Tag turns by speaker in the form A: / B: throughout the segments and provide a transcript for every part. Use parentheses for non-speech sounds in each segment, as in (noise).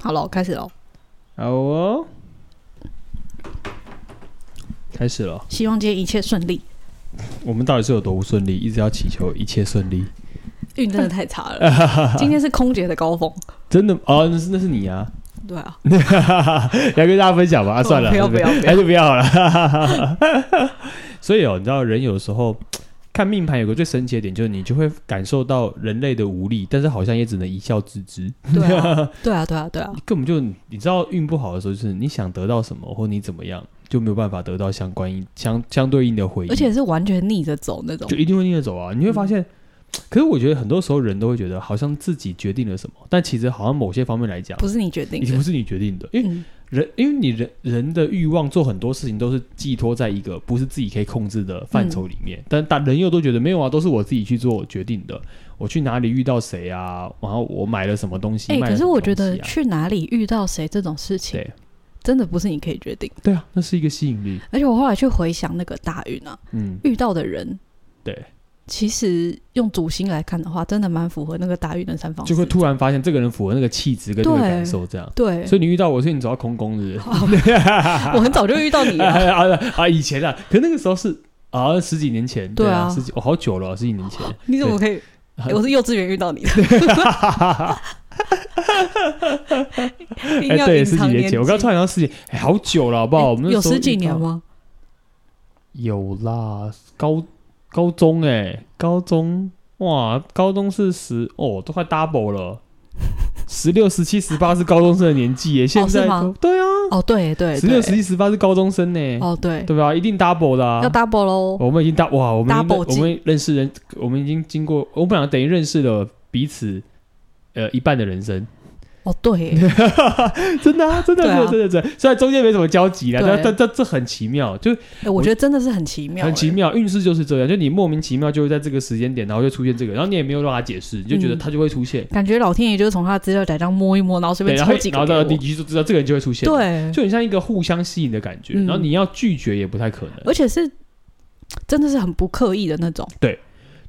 A: 好了，开始喽。
B: 好哦，开始了。
A: 希望今天一切顺利。
B: 我们到底是有多不顺利？一直要祈求一切顺利，
A: 运真的太差了， (laughs) 今天是空姐的高峰。
B: 真的哦，那是那是你啊， (laughs)
A: 对啊，
B: 来跟大家分享吧。啊、算了，
A: 不要不要不要
B: 还是不要了。 (laughs) 所以哦，你知道人有时候看命盘有个最神奇的点，就是你就会感受到人类的无力，但是好像也只能一笑置之。
A: 对啊， (laughs) 对啊，对啊，对啊，
B: 根本就你知道运不好的时候，就是你想得到什么或你怎么样，就没有办法得到相关应相相对应的回应，
A: 而且是完全逆着走那种
B: 就。一定会逆着走啊。你会发
A: 嗯
B: 现，可是我觉得很多时候人都会觉得好像自己决定了什么，但其实好像某些方面来讲，
A: 不是你决定
B: 已经不
A: 的，
B: 是你决定的，因为
A: 嗯，
B: 人，因为你人人的欲望做很多事情都是寄托在一个不是自己可以控制的范畴里
A: 嗯
B: 面，但大人又都觉得没有啊，都是我自己去做决定的，我去哪里遇到谁啊，然后我买了什么东西，
A: 哎、
B: 卖了
A: 可
B: 什
A: 是
B: 么
A: 我觉得
B: 东西啊
A: 去哪里遇到谁这种事情，
B: 对
A: 真的不是你可以决定。
B: 对啊，那是一个吸引力，
A: 而且我后来去回想那个大运啊，
B: 嗯，
A: 遇到的人，
B: 对，
A: 其实用主星来看的话，真的蛮符合那个大哦运的三方四
B: 就会
A: 正。
B: 突然发现这个人符合那个气质跟那个
A: 对
B: 感受，这样。
A: 对，
B: 所以你遇到我，所以你找到空宫日，
A: (laughs) 我很早就遇到你 (laughs) 了。
B: (laughs) 啊啊啊！以前啊，可那个时候是啊，十几年前，
A: 对啊
B: 啊，十几哦，好久了，十
A: (laughs)
B: 几年前，
A: 你怎么可以？我是幼稚园遇到你的，硬
B: 哎，
A: 要
B: 对，
A: 隐
B: 十几
A: 藏
B: 年前，我刚
A: 纪
B: 突然想到十几，哎，好久了，好不好？我们那
A: 有
B: 时候
A: 十几
B: 遇到
A: 年？吗？
B: 有啦，高高中哎，高中哇，高中是十哦，都快 double 了，十六、十七、十八是高中生的年纪耶，现在
A: 是吗
B: 都对啊，
A: 哦，对对，
B: 十六、
A: 对
B: 十七、十八是高中生呢，
A: 哦，对，
B: 对吧？一定 double 的啊
A: 要 double 喽。
B: 我们已经大哇，我们已经
A: Double
B: 我们认识人，我们已经经过，我们俩等于认识了彼此，呃，一半的人生，
A: 哦，对，
B: (laughs) 真的啊，真的，
A: 对啊
B: 真的，真的，真的，虽然中间没什么交集啦，
A: 对
B: 但但这这很奇妙，就
A: 哎我觉得真的是很奇妙，
B: 很奇
A: 哎。
B: 妙，欸运势就是这样，就你莫名其妙就会在这个时间点，然后就出现这个，然后你也没有办法解释，你就觉得
A: 嗯
B: 它就会出现，
A: 感觉老天爷就是从他的资料夹这样摸一摸，然后随
B: 对，
A: 便
B: 然后
A: 抽
B: 然
A: 几
B: 后
A: 个给
B: 到
A: 我。
B: 你就知道这个人就会出现，，
A: 对，
B: 就很像一个互相吸引的感觉，
A: 嗯
B: 然后你要拒绝也不太可能，
A: 而且是真的是很不刻意的那种。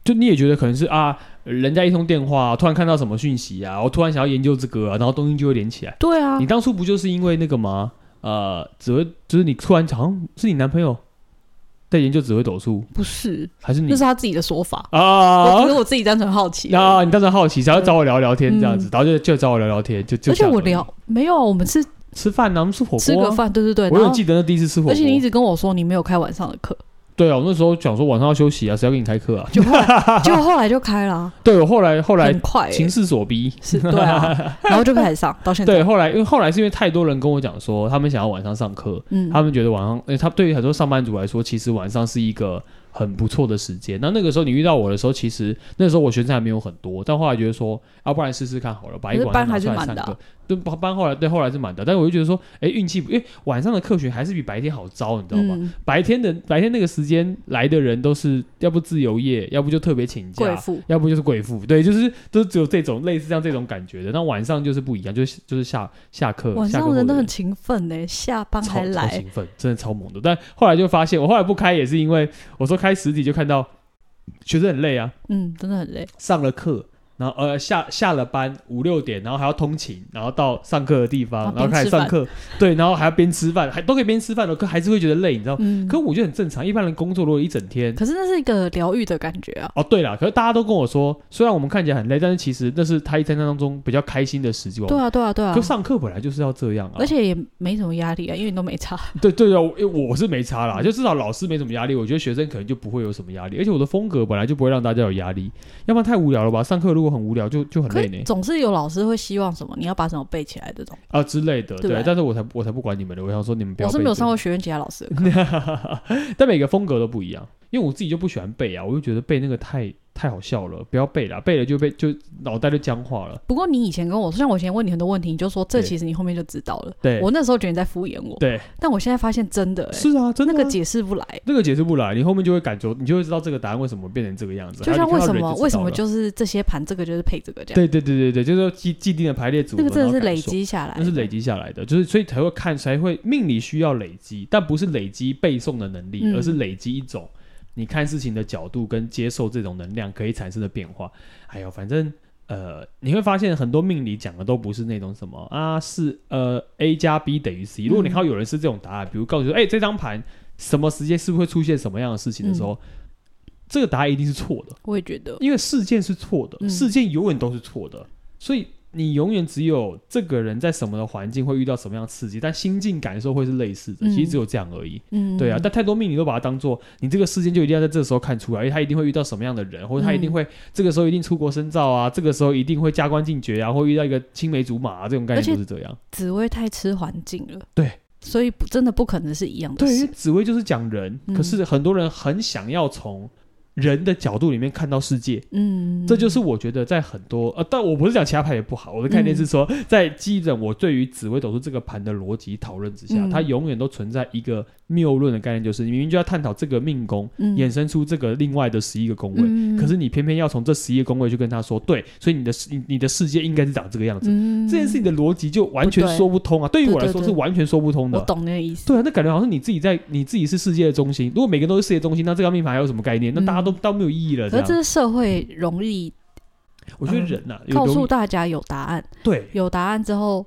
B: 就你也觉得可能是啊，人家一通电话、突然看到什么讯息啊，我突然想要研究这个、啊，然后东西就会连起来。
A: 对啊
B: 你，当初不就是因为那个吗？呃，紫薇就是你突然好像是你男朋友在研究紫薇斗数，
A: 不是，
B: 还是你
A: 那是他自己的说法。我
B: 啊
A: 只是我自己单纯好奇。
B: 啊？你当时好奇，想要找我聊聊天这样子，
A: 嗯
B: 然后就就找我聊聊天，就就
A: 而且
B: 这样
A: 我
B: 而已
A: 聊没有，我们是
B: 吃饭呢、我们吃火锅啊、
A: 吃个饭，对对对，
B: 我
A: 然
B: 有
A: 后
B: 记得那第一次吃火锅，
A: 而且你一直跟我说你没有开晚上的课，
B: 对啊，我那时候讲说晚上要休息啊，谁要给你开课啊？
A: 就后
B: (laughs)
A: 来结果后来就开了啊，
B: 对我后来后来
A: 很快欸，
B: 情势所逼，
A: 是对啊，
B: (laughs)
A: 然后就开始上到 (laughs) 现在，
B: 对后来因为后来是因为太多人跟我讲说他们想要晚上上课，
A: 嗯，
B: 他们觉得晚上，因为他对于很多上班族来说，其实晚上是一个很不错的时间。那那个时候你遇到我的时候，其实那时候我学生还没有很多，但后来觉得说，要、不然试试看好了，把一个
A: 可是班
B: 晚上
A: 还
B: 拿
A: 是
B: 出来
A: 满
B: 上
A: 的啊
B: 课。对，班后来对后来是满的，但我就觉得说，哎，运气不，因为晚上的课学还是比白天好招，你知道吗？
A: 嗯，
B: 白天的白天那个时间来的人都是要不自由业，要不就特别请
A: 贵
B: 假。
A: 妇，
B: 要不就是贵妇，对，就是都只有这种类似像这种感觉的。那晚上就是不一样，就是就是下下课，
A: 晚
B: 下课
A: 上
B: 后
A: 人
B: 的
A: 都很勤奋呢，下班
B: 超
A: 还
B: 超
A: 来，
B: 兴奋，真的超猛的。但后来就发现，我后来不开也是因为我说开实体就看到学生很累啊，
A: 嗯，真的很累，
B: 上了课，然后呃下下了班五六点，然后还要通勤，然后到上课的地方，
A: 然后
B: 然后开始
A: 边吃
B: 上课，对，然后还要边吃饭，还都可以边吃饭的，可还是会觉得累，你知道吗？
A: 嗯，
B: 哦可我觉得很正常，一般人工作如果一整天。
A: 可是那是一个疗愈的感觉啊，
B: 哦，对了，可是大家都跟我说，虽然我们看起来很累，但是其实那是他一天当中比较开心的时光。
A: 对啊，对啊，对啊
B: 可，上课本来就是要这样啊。
A: 而且也没什么压力啊，因为你都没差，
B: 对对啊，我我是没差啦，就至少老师没什么压力，我觉得学生可能就不会有什么压力，而且我的风格本来就不会让大家有压力，要不然太无聊了吧？上课如果很无聊就就很
A: 可
B: 累
A: 是
B: 呢
A: 总是有老师会希望什么，你要把什么背起来这种，
B: 啊之类的，
A: 对
B: 对。但是我才我才不管你们的，我想说你们不要
A: 我
B: 背
A: 是
B: 这
A: 没
B: 个。
A: 有上过学院其他老师的课，
B: (laughs)
A: (laughs)
B: 但每个风格都不一样，因为我自己就不喜欢背啊，我就觉得背那个太太好笑了，不要背啦，背了就被就脑袋就僵化了。
A: 不过你以前跟我说，像我以前问你很多问题，你就说这
B: 对
A: 其实你后面就知道了。
B: 对
A: 我那时候觉得你在敷衍我，
B: 对，
A: 但我现在发现真的、欸，
B: 是啊，真的
A: 那
B: 啊、
A: 个解释不来。
B: 那个解释不来，你后面就会感觉，你就会知道这个答案为什么变成这个样子。
A: 就
B: 然
A: 像
B: 后你
A: 为
B: 看到
A: 什
B: 人
A: 么
B: 知
A: 为什
B: 道
A: 么
B: 了
A: 就是这些盘这个就是配这个这样，
B: 对对对对对，就是既既定的排列组合，
A: 那个真的是
B: 然后感
A: 累
B: 受
A: 积下来，
B: 那是累。积下来的，就是所以才会看，才会命理需要累积，但不是累积背诵的能力，
A: 嗯
B: 而是累积一种你看事情的角度跟接受这种能量可以产生的变化。哎呦，反正呃，你会发现很多命理讲的都不是那种什么啊，是呃 A 加 B 等于
A: 嗯
B: C。如果你看到有人是这种答案，比如告诉你说，哎、这张盘什么时间是不是会出现什么样的事情的时候，
A: 嗯
B: 这个答案一定是错的，
A: 我也觉得，
B: 因为事件是错的，
A: 嗯
B: 事件永远都是错的，所以你永远只有这个人在什么的环境会遇到什么样的刺激，但心境感受会是类似的，
A: 嗯
B: 其实只有这样而已。
A: 嗯，
B: 对啊，但太多命理都把它当做你这个事件就一定要在这时候看出来，因为哎他一定会遇到什么样的人，
A: 嗯
B: 或者他一定会、这个时候一定出国深造啊，这个时候一定会加官进爵啊，或遇到一个青梅竹马啊，这种概
A: 而
B: 念
A: 且
B: 都是这样。
A: 紫薇太吃环境了，
B: 对，
A: 所以不真的不可能是一样的
B: 对，因为
A: 事，
B: 紫薇就是讲人，
A: 嗯
B: 可是很多人很想要从人的角度里面看到世界，
A: 嗯，
B: 这就是我觉得在很多呃，但我不是讲其他牌也不好，我的
A: 嗯
B: 概念是说，在基本我对于紫微斗数这个盘的逻辑讨论之下，
A: 嗯
B: 它永远都存在一个谬论的概念，就是你明明就要探讨这个命宫。
A: 嗯
B: 衍生出这个另外的十一个宫位，
A: 嗯
B: 可是你偏偏要从这十一个宫位去跟他说，对，所以你的世你你的世界应该是长这个样子，
A: 嗯
B: 这件事情的逻辑就完全
A: 不对
B: 说不通啊！对于我来说
A: 对对
B: 是
A: 对
B: 完全说不通
A: 嗯我
B: 的。
A: 懂那个意思，
B: 对啊，那感觉好像你自己在你自己是世界的中心。如果每个人都是世界中心，那这个命盘还有什么概念？那大家都、都没有意义了。
A: 嗯
B: 这
A: 可是这
B: 样，
A: 是社会容易
B: 我觉得人呐、有
A: 告
B: 容
A: 诉
B: 易
A: 大家有答案，
B: 对
A: 有答案之后，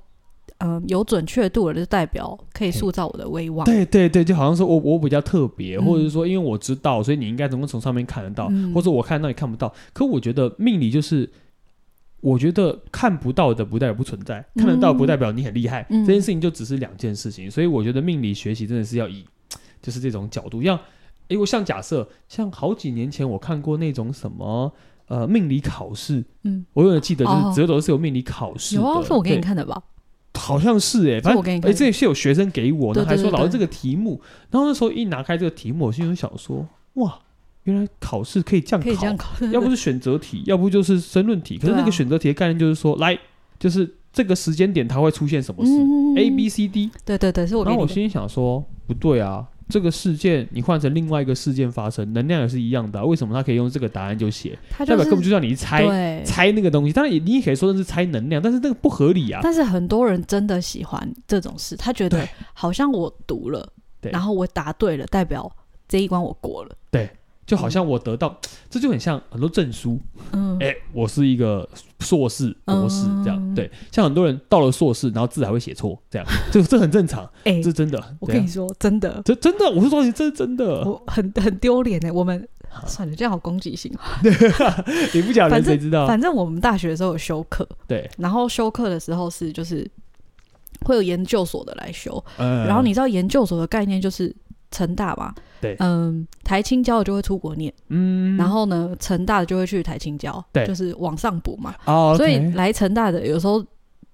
A: 嗯，有准确度了，就代表可以塑造我的威望，
B: 嗯对对对，就好像说我我比较特别，
A: 嗯
B: 或者是说因为我知道，所以你应该能够从上面看得到，
A: 嗯
B: 或者我看得到你看不到。可我觉得命理就是，我觉得看不到的不代表不存在，看得到不代表你很厉害，
A: 嗯
B: 这件事情就只是两件事情。所以我觉得命理学习真的是要以就是这种角度，要诶，我像假设像好几年前我看过那种什么。呃，命理考试，
A: 嗯，
B: 我永远记得就是
A: 哦
B: 紫微斗数是有命理考试的，
A: 有啊，是我给
B: 对
A: 你看的吧？
B: 好像是哎、反
A: 是
B: 正
A: 我给你
B: 哎、
A: 看的
B: 这也是有学生给我的，
A: 对对
B: 还说
A: 对
B: 老师
A: 对
B: 这个题目，然后那时候一拿开这个题目，我心里就想说，哇，原来考试可以这样
A: 可以这样
B: 考，
A: 考，
B: 要不是选择题，要不就是申论题。可是
A: 对啊
B: 那个选择题的概念就是说，来，就是这个时间点它会出现什么事、
A: 嗯
B: a B C D，
A: 对对对，是我给
B: 然
A: 你
B: 后我
A: 的，
B: 心里想说，不对啊。这个事件你换成另外一个事件发生，能量也是一样的啊、为什么他可以用这个答案就写？
A: 他
B: 代
A: 就
B: 表根本
A: 是
B: 就叫你猜
A: 对。
B: 猜那个东西。当然也，你也可以说那是猜能量，但是那个不合理啊。
A: 但是很多人真的喜欢这种事，他觉得
B: 对
A: 好像我读了，
B: 对
A: 然后我答对了，代表这一关我过了。
B: 就好像我得到，这就很像很多证书，
A: 嗯，
B: 哎、我是一个硕士、博士这样，
A: 嗯
B: 对，像很多人到了硕士，然后字还会写错，这样，这这很
A: (laughs)
B: 正常，
A: 哎、
B: 这真的，
A: 我
B: 对啊呃
A: 跟你说，真的，
B: 这真的，我是说你这是真的， (laughs)
A: 我很很丢脸呢。我们算了，这样好攻击性哦。
B: 你不讲人
A: 反正
B: 谁知道？
A: 反正我们大学的时候有修课，
B: 对，
A: 然后修课的时候是就是会有研究所的来修，
B: 嗯，
A: 然后你知道研究所的概念就是成大嘛，
B: 对
A: 嗯，台青交的就会出国念，
B: 嗯，
A: 然后呢，成大的就会去台青交，
B: 对
A: 就是往上补嘛，
B: 哦，
A: 所以
B: OK，
A: 来成大的有时候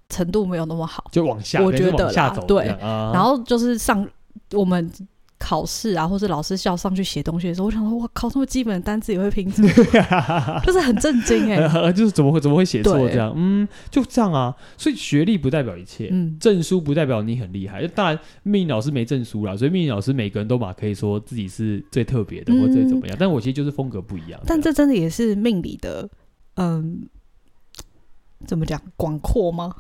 A: 程度没有那么好，
B: 就往下，
A: 我
B: 对就
A: 觉得
B: 往下
A: 啦
B: 走，
A: 对
B: 这样啊、 (laughs)
A: 然后就是上我们考试啊，或是老师叫上去写东西的时候，我想说，我靠，这么基本的单词也会拼
B: (laughs)
A: 出来，就是很震惊哎、
B: 呃 (laughs) 就是怎么会怎么会写错
A: 对
B: 这样？嗯，就这样啊，所以学历不代表一切，
A: 嗯，
B: 证书不代表你很厉害，当然命理老师没证书啦，所以命理老师每个人都嘛可以说自己是最特别的
A: 嗯
B: 或最怎么样，但我其实就是风格不一样。
A: 但这真的也是命理的，嗯，怎么讲广阔吗？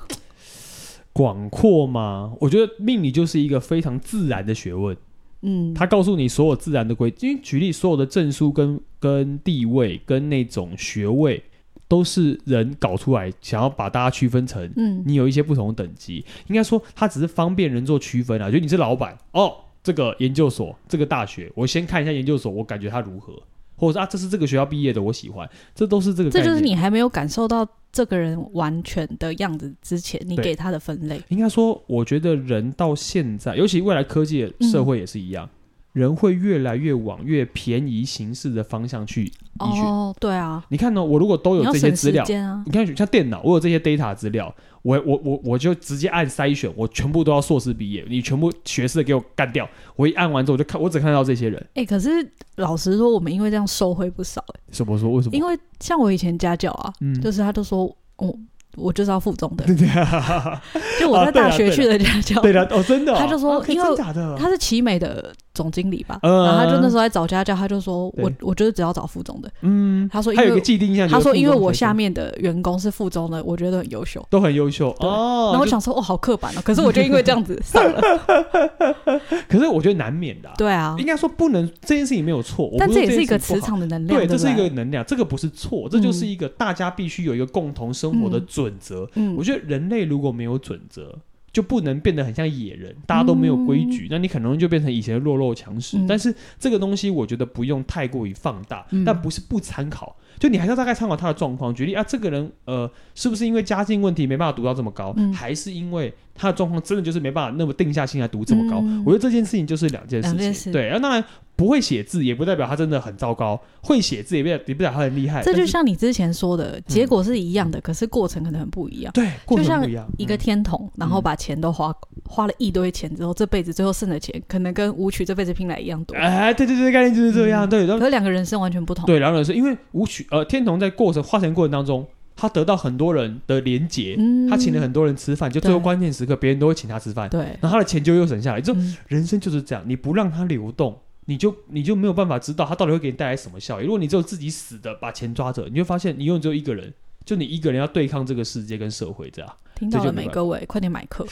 B: 广阔嘛，我觉得命理就是一个非常自然的学问，
A: 嗯，
B: 它告诉你所有自然的规，因为举例所有的证书跟跟地位跟那种学位都是人搞出来，想要把大家区分成
A: 嗯
B: 你有一些不同等级，应该说它只是方便人做区分啊。就你是老板哦，这个研究所，这个大学，我先看一下研究所，我感觉它如何，或者是啊，这是这个学校毕业的，我喜欢，这都是这个
A: 这
B: 概念。
A: 就是你还没有感受到这个人完全的样子之前，你
B: 对
A: 给他的分类。
B: 应该说，我觉得人到现在，尤其未来科技的社会也是一样，
A: 嗯
B: 人会越来越往越便宜形式的方向去依循。
A: 哦，对啊，
B: 你看呢、我如果都有
A: 你要
B: 这些
A: 省
B: 资
A: 时
B: 料，
A: 间啊。
B: 你看，像电脑，我有这些 data 资料，我我我我就直接按筛选，我全部都要硕士毕业，你全部学士的给我干掉。我一按完之后，我就看，我只看到这些人。
A: 哎、可是老实说，我们因为这样收回不少、欸，
B: 什么说？为什
A: 因
B: 么？
A: 为像我以前家教啊，
B: 嗯
A: 就是他都说，我、我就是要附中
B: (laughs)
A: 的，就我在大学去人家教，
B: 啊对了，哦，真的哦、
A: 他就说
B: OK，
A: 因为
B: 真假的，
A: 他是奇美的总经理吧，
B: 嗯
A: 然后他就那时候在找家教，他就说
B: 对
A: 我我就是只要找附中的，
B: 嗯，
A: 他说因
B: 还有一个
A: 为
B: 既定印象，
A: 他说因为我下
B: 面
A: 面的员工是附中的，我觉得很优秀。
B: 都很优秀
A: 对
B: 哦，
A: 然后我
B: 就
A: 想说，哦，好刻板哦。可是我就因为这样
B: (laughs)
A: 子上了，
B: 可是我觉得难免的啊、
A: 对啊
B: 应。该说不能这件事情没有错，我
A: 但
B: 不
A: 这
B: 是说
A: 也是一
B: 件
A: 个
B: 事情
A: 磁
B: 不好。
A: 场的能量，
B: 对，
A: 对
B: 这
A: 不对，
B: 是一个能量，这个不是错，这就是
A: 嗯
B: 一个大家必须有一个共同生活的
A: 嗯
B: 准则。
A: 嗯
B: 我，觉得人类如果没有准则，就不能变得很像野人，大家都没有规矩，那你很容易就变成以前的弱肉强食。
A: 嗯
B: 但是这个东西，我觉得不用太过于放大，
A: 嗯
B: 但不是不参考。就你还是要大概参考他的状况，举例啊，这个人呃，是不是因为家境问题没办法读到这么高，
A: 嗯
B: 还是因为他的状况真的就是没办法那么定下心来读这么高？
A: 嗯
B: 我觉得这件事情就是两件事
A: 两
B: 情，
A: 件事
B: 对。啊，当然不会写字也不代表他真的很糟糕，会写字也不代也不代表他很厉害，
A: 这
B: 但嗯
A: 就是像你之前说的，结果是一样的，可是过程可能很不一样。
B: 对，过
A: 就
B: 程
A: 像
B: 不一样，
A: 一个
B: 嗯
A: 天童，然后把钱都花花了一堆钱之后，这辈子最后剩的钱，可能跟舞曲这辈子拼来一样多，
B: 哎，对对对，概念就是这样，
A: 嗯
B: 对，然后
A: 可是两个人生完全不同。
B: 对，然后呢，是因为舞曲呃，天童在过程花钱过程当中，他得到很多人的连结，
A: 嗯
B: 他请了很多人吃饭，就最后
A: 对
B: 关键时刻别人都会请他吃饭，
A: 对，
B: 然后他的钱就又省下来。就
A: 嗯
B: 人生就是这样，你不让它流动，你就你就没有办法知道它到底会给你带来什么效益。如果你只有自己死的把钱抓着，你就发现你永远只有一个人。就你一个人要对抗这个世界跟社会，这样
A: 听到
B: 这就
A: 了
B: 没
A: 没？
B: 办法
A: 各位，快点买课。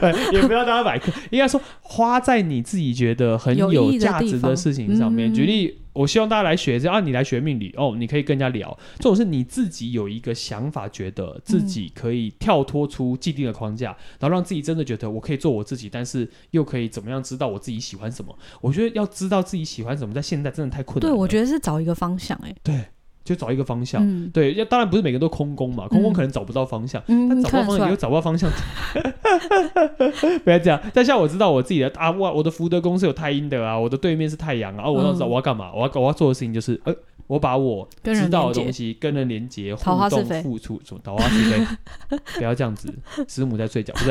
B: 哎也不要大家买课，应该说花在你自己觉得很
A: 有意
B: 有
A: 义的
B: 价
A: 地
B: 值的
A: 方
B: 事情上面。
A: 嗯
B: 举例，我希望大家来学这样，啊，你来学命理哦，你可以跟人家聊，这种是你自己有一个想法，觉得自
A: 嗯
B: 己可以跳脱出既定的框架，然后让自己真的觉得我可以做我自己，但是又可以怎么样知道我自己喜欢什么？我觉得要知道自己喜欢什么，在现在真的太困难
A: 对，
B: 了。
A: 我
B: 得
A: 觉得是找一个方向，哎，
B: 对，就找一个方向。
A: 嗯
B: 对，要当然不是每个人都空工嘛，空
A: 嗯
B: 工可能找不到方向。但
A: 嗯，
B: 找不到
A: 看得
B: 方
A: 出
B: 向，你又
A: 来，
B: 找不到方向，不要这样。但像我知道我自己的啊，我我的福德宫是有太阴的啊，我的对面是太阳啊，啊我要知道
A: 嗯
B: 我要干嘛，我要我要做的事情就是，呃，我把我
A: 跟
B: 知
A: 人
B: 道
A: 连
B: 的东
A: 接，
B: 西跟人连接，
A: 桃
B: 互
A: 花是
B: 动
A: 非
B: 付出，什么桃花是非，不要这样子，师母在睡觉，不是？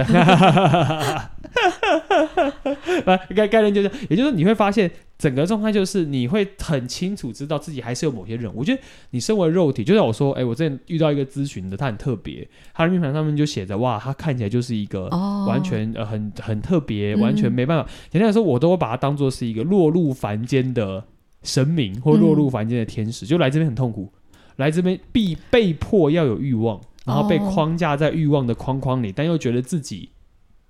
B: 来，概概念就是，也就是你会发现。整个状态就是你会很清楚知道自己还是有某些任务。我觉得你身为肉体，就像我说，哎、我之前遇到一个咨询的，他很特别，他的命盘上面就写着，哇，他看起来就是一个
A: 哦，
B: 完全、呃很很特别，
A: 嗯
B: 完全没办法。简单来说，我都会把它当做是一个落入凡间的神明或
A: 嗯
B: 落入凡间的天使，就来这边很痛苦，来这边必被迫要有欲望，然后被
A: 哦
B: 框架在欲望的框框里，但又觉得自己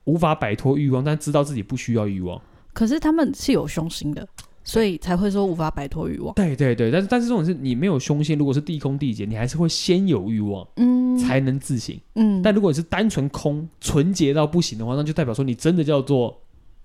B: 无法摆脱欲望，但知道自己不需要欲望。
A: 可是他们是有凶心的，所以才会说无法摆脱欲望。
B: 对对对，但是但是这种是你没有凶性，如果是地空地劫，你还是会先有欲望
A: 嗯，
B: 才能自省。
A: 嗯，
B: 但如果你是单纯空、纯洁到不行的话，那就代表说你真的叫做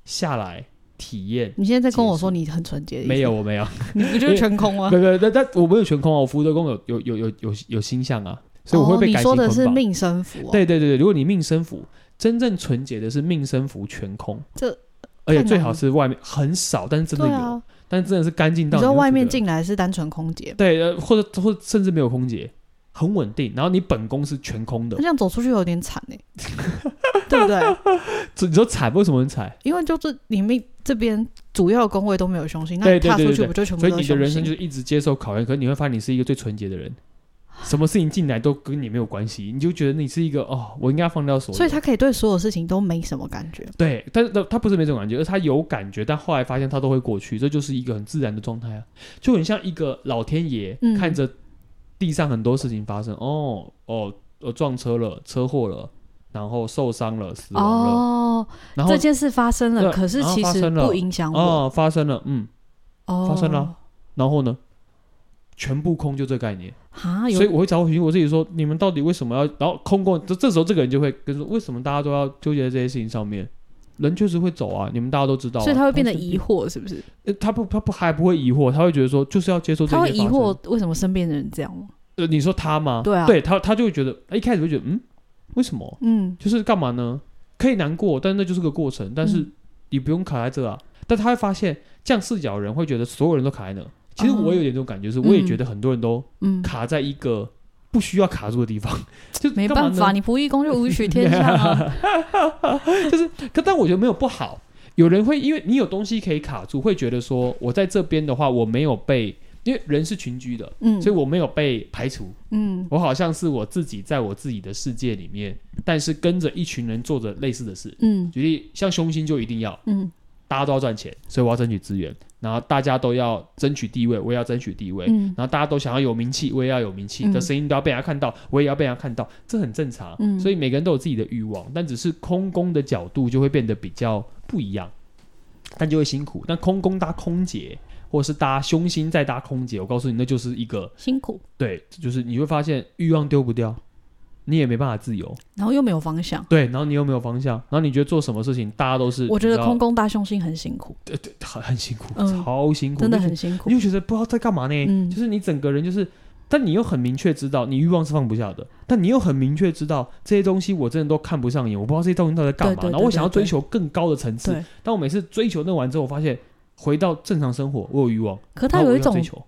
B: 下来体验。
A: 你现在在跟我
B: 结束
A: 说你很纯洁，
B: 没有，，我没有，
A: 你不就是全空吗
B: 不？不，但但我 (laughs) 没有全空啊，我福德宫有有有有有有星象啊，所以我会
A: 哦
B: 被
A: 你
B: 感情
A: 说的
B: 捆绑。
A: 是命生符、哦，
B: 对对对对，如果你命生符，真正纯洁的是命生符全空，
A: 这
B: 而且
A: 太
B: 最
A: 难
B: 好
A: 了
B: 是外面很少，但是真的
A: 对
B: 有，
A: 啊，
B: 但真的是干净
A: 你
B: 到
A: 知道
B: 会
A: 外
B: 觉
A: 面
B: 得
A: 进来是单纯空姐，
B: 对，呃或者或者甚至没有空姐，很稳定，然后你本宫是全空的
A: 那这，样走出去有点惨哎、对不对？
B: 这你说惨为什么很惨？
A: 因为就是你们这边主要的工位都没有凶星，那
B: 对
A: 你
B: 对
A: 踏
B: 对
A: 出
B: 对
A: 去不就全部
B: 所以
A: 都
B: 你
A: 是
B: 的
A: 凶
B: 人生
A: 星
B: 就？是一直接受考验，可是你会发现你是一个最纯洁的人，什么事情进来都跟你没有关系，你就觉得你是一个哦，我应该放掉所有。
A: 所以他可以对所有事情都没什么感觉。
B: 对，但是他他不是没这种感觉，而是他有感觉，但后来发现他都会过去，这就是一个很自然的状态啊，就很像一个老天爷、
A: 嗯
B: 看着地上很多事情发生，哦哦，我撞车了，车祸了，然后受伤了，死亡了，
A: 哦，
B: 啊然后
A: 这件事发生了，
B: 对
A: 可是
B: 然后
A: 其
B: 发
A: 实
B: 生了
A: 不影响我。
B: 哦发生了，嗯，
A: 哦，
B: 发生了然后呢，全部空就这概念。
A: 哈，有
B: 所以我会找寻我自己说，你们到底为什么要？然后空过这这时候，这个人就会跟说，为什么大家都要纠结在这些事情上面？人确实会走啊，你们大家都知道啊、
A: 所以他会变得
B: 同性
A: 疑惑，是不是？
B: 恋，呃他不他不还不会疑惑，他会觉得说就是要接受这些
A: 他
B: 发
A: 会
B: 生。
A: 疑惑为什么身边的人这样吗？
B: 呃，你说他吗？
A: 对啊
B: 对他他就会觉得一开始会觉得嗯，为什么？
A: 嗯，
B: 就是干嘛呢？可以难过，但那就是个过程，但是
A: 嗯
B: 你不用卡在这啊。但他会发现，这样视角的人会觉得所有人都卡在那。其实
A: 哦
B: 我也有点这种感觉，是我也
A: 嗯
B: 觉得很多人都
A: 嗯，
B: 卡在一个不需要卡住的地方， (laughs) 就
A: 没
B: 干嘛
A: 办
B: 呢
A: 法，你不义工就无取天下
B: (laughs)
A: 啊。
B: 就是，可但我觉得没有不好。有人会因为你有东西可以卡住，会觉得说我在这边的话，我没有被，因因为人是群居的，
A: 嗯，
B: 所以我没有被排除，
A: 嗯
B: 我好像是我自己在我自己的世界里面，但是跟着一群人做着类似的事。
A: 嗯
B: 举例，像凶星就一定要
A: 嗯
B: 大家都要赚钱，所以我要争取资源，然后大家都要争取地位，我也要争取地位，
A: 嗯
B: 然后大家都想要有名气，我也要有名气，
A: 嗯
B: 的声音都要被人家看到，我也要被人家看到，这很正常。
A: 嗯
B: 所以每个人都有自己的欲望，但只是空宫的角度就会变得比较不一样，但就会辛苦。但空宫搭空姐，或是搭凶星再搭空姐，我告诉你，那就是一个
A: 辛苦，
B: 对，就是你会发现欲望丢不掉，你也没办法自由。
A: 然后又没有方向。
B: 对，然后你又没有方向，然后你觉得做什么事情，大家都是
A: 我觉
B: 你
A: 得
B: 知道
A: 空宫大凶星很辛苦，
B: 对对很很辛苦，
A: 嗯
B: 超辛苦，
A: 真的
B: 就是
A: 很辛苦
B: 你。就觉得不知道在干嘛呢？
A: 嗯
B: 就是你整个人就是，但你又很明确知道你欲望是放不下的，但你又很明确知道这些东西我真的都看不上眼，我不知道这些东西到底在干嘛。
A: 对对对
B: 然后我想要
A: 对对
B: 追求更高的层次
A: 对，
B: 但我每次追求那完之后，我发现回到正常生活，我有欲望，
A: 可
B: 然
A: 他
B: 后我
A: 有一
B: 又
A: 种
B: 追求，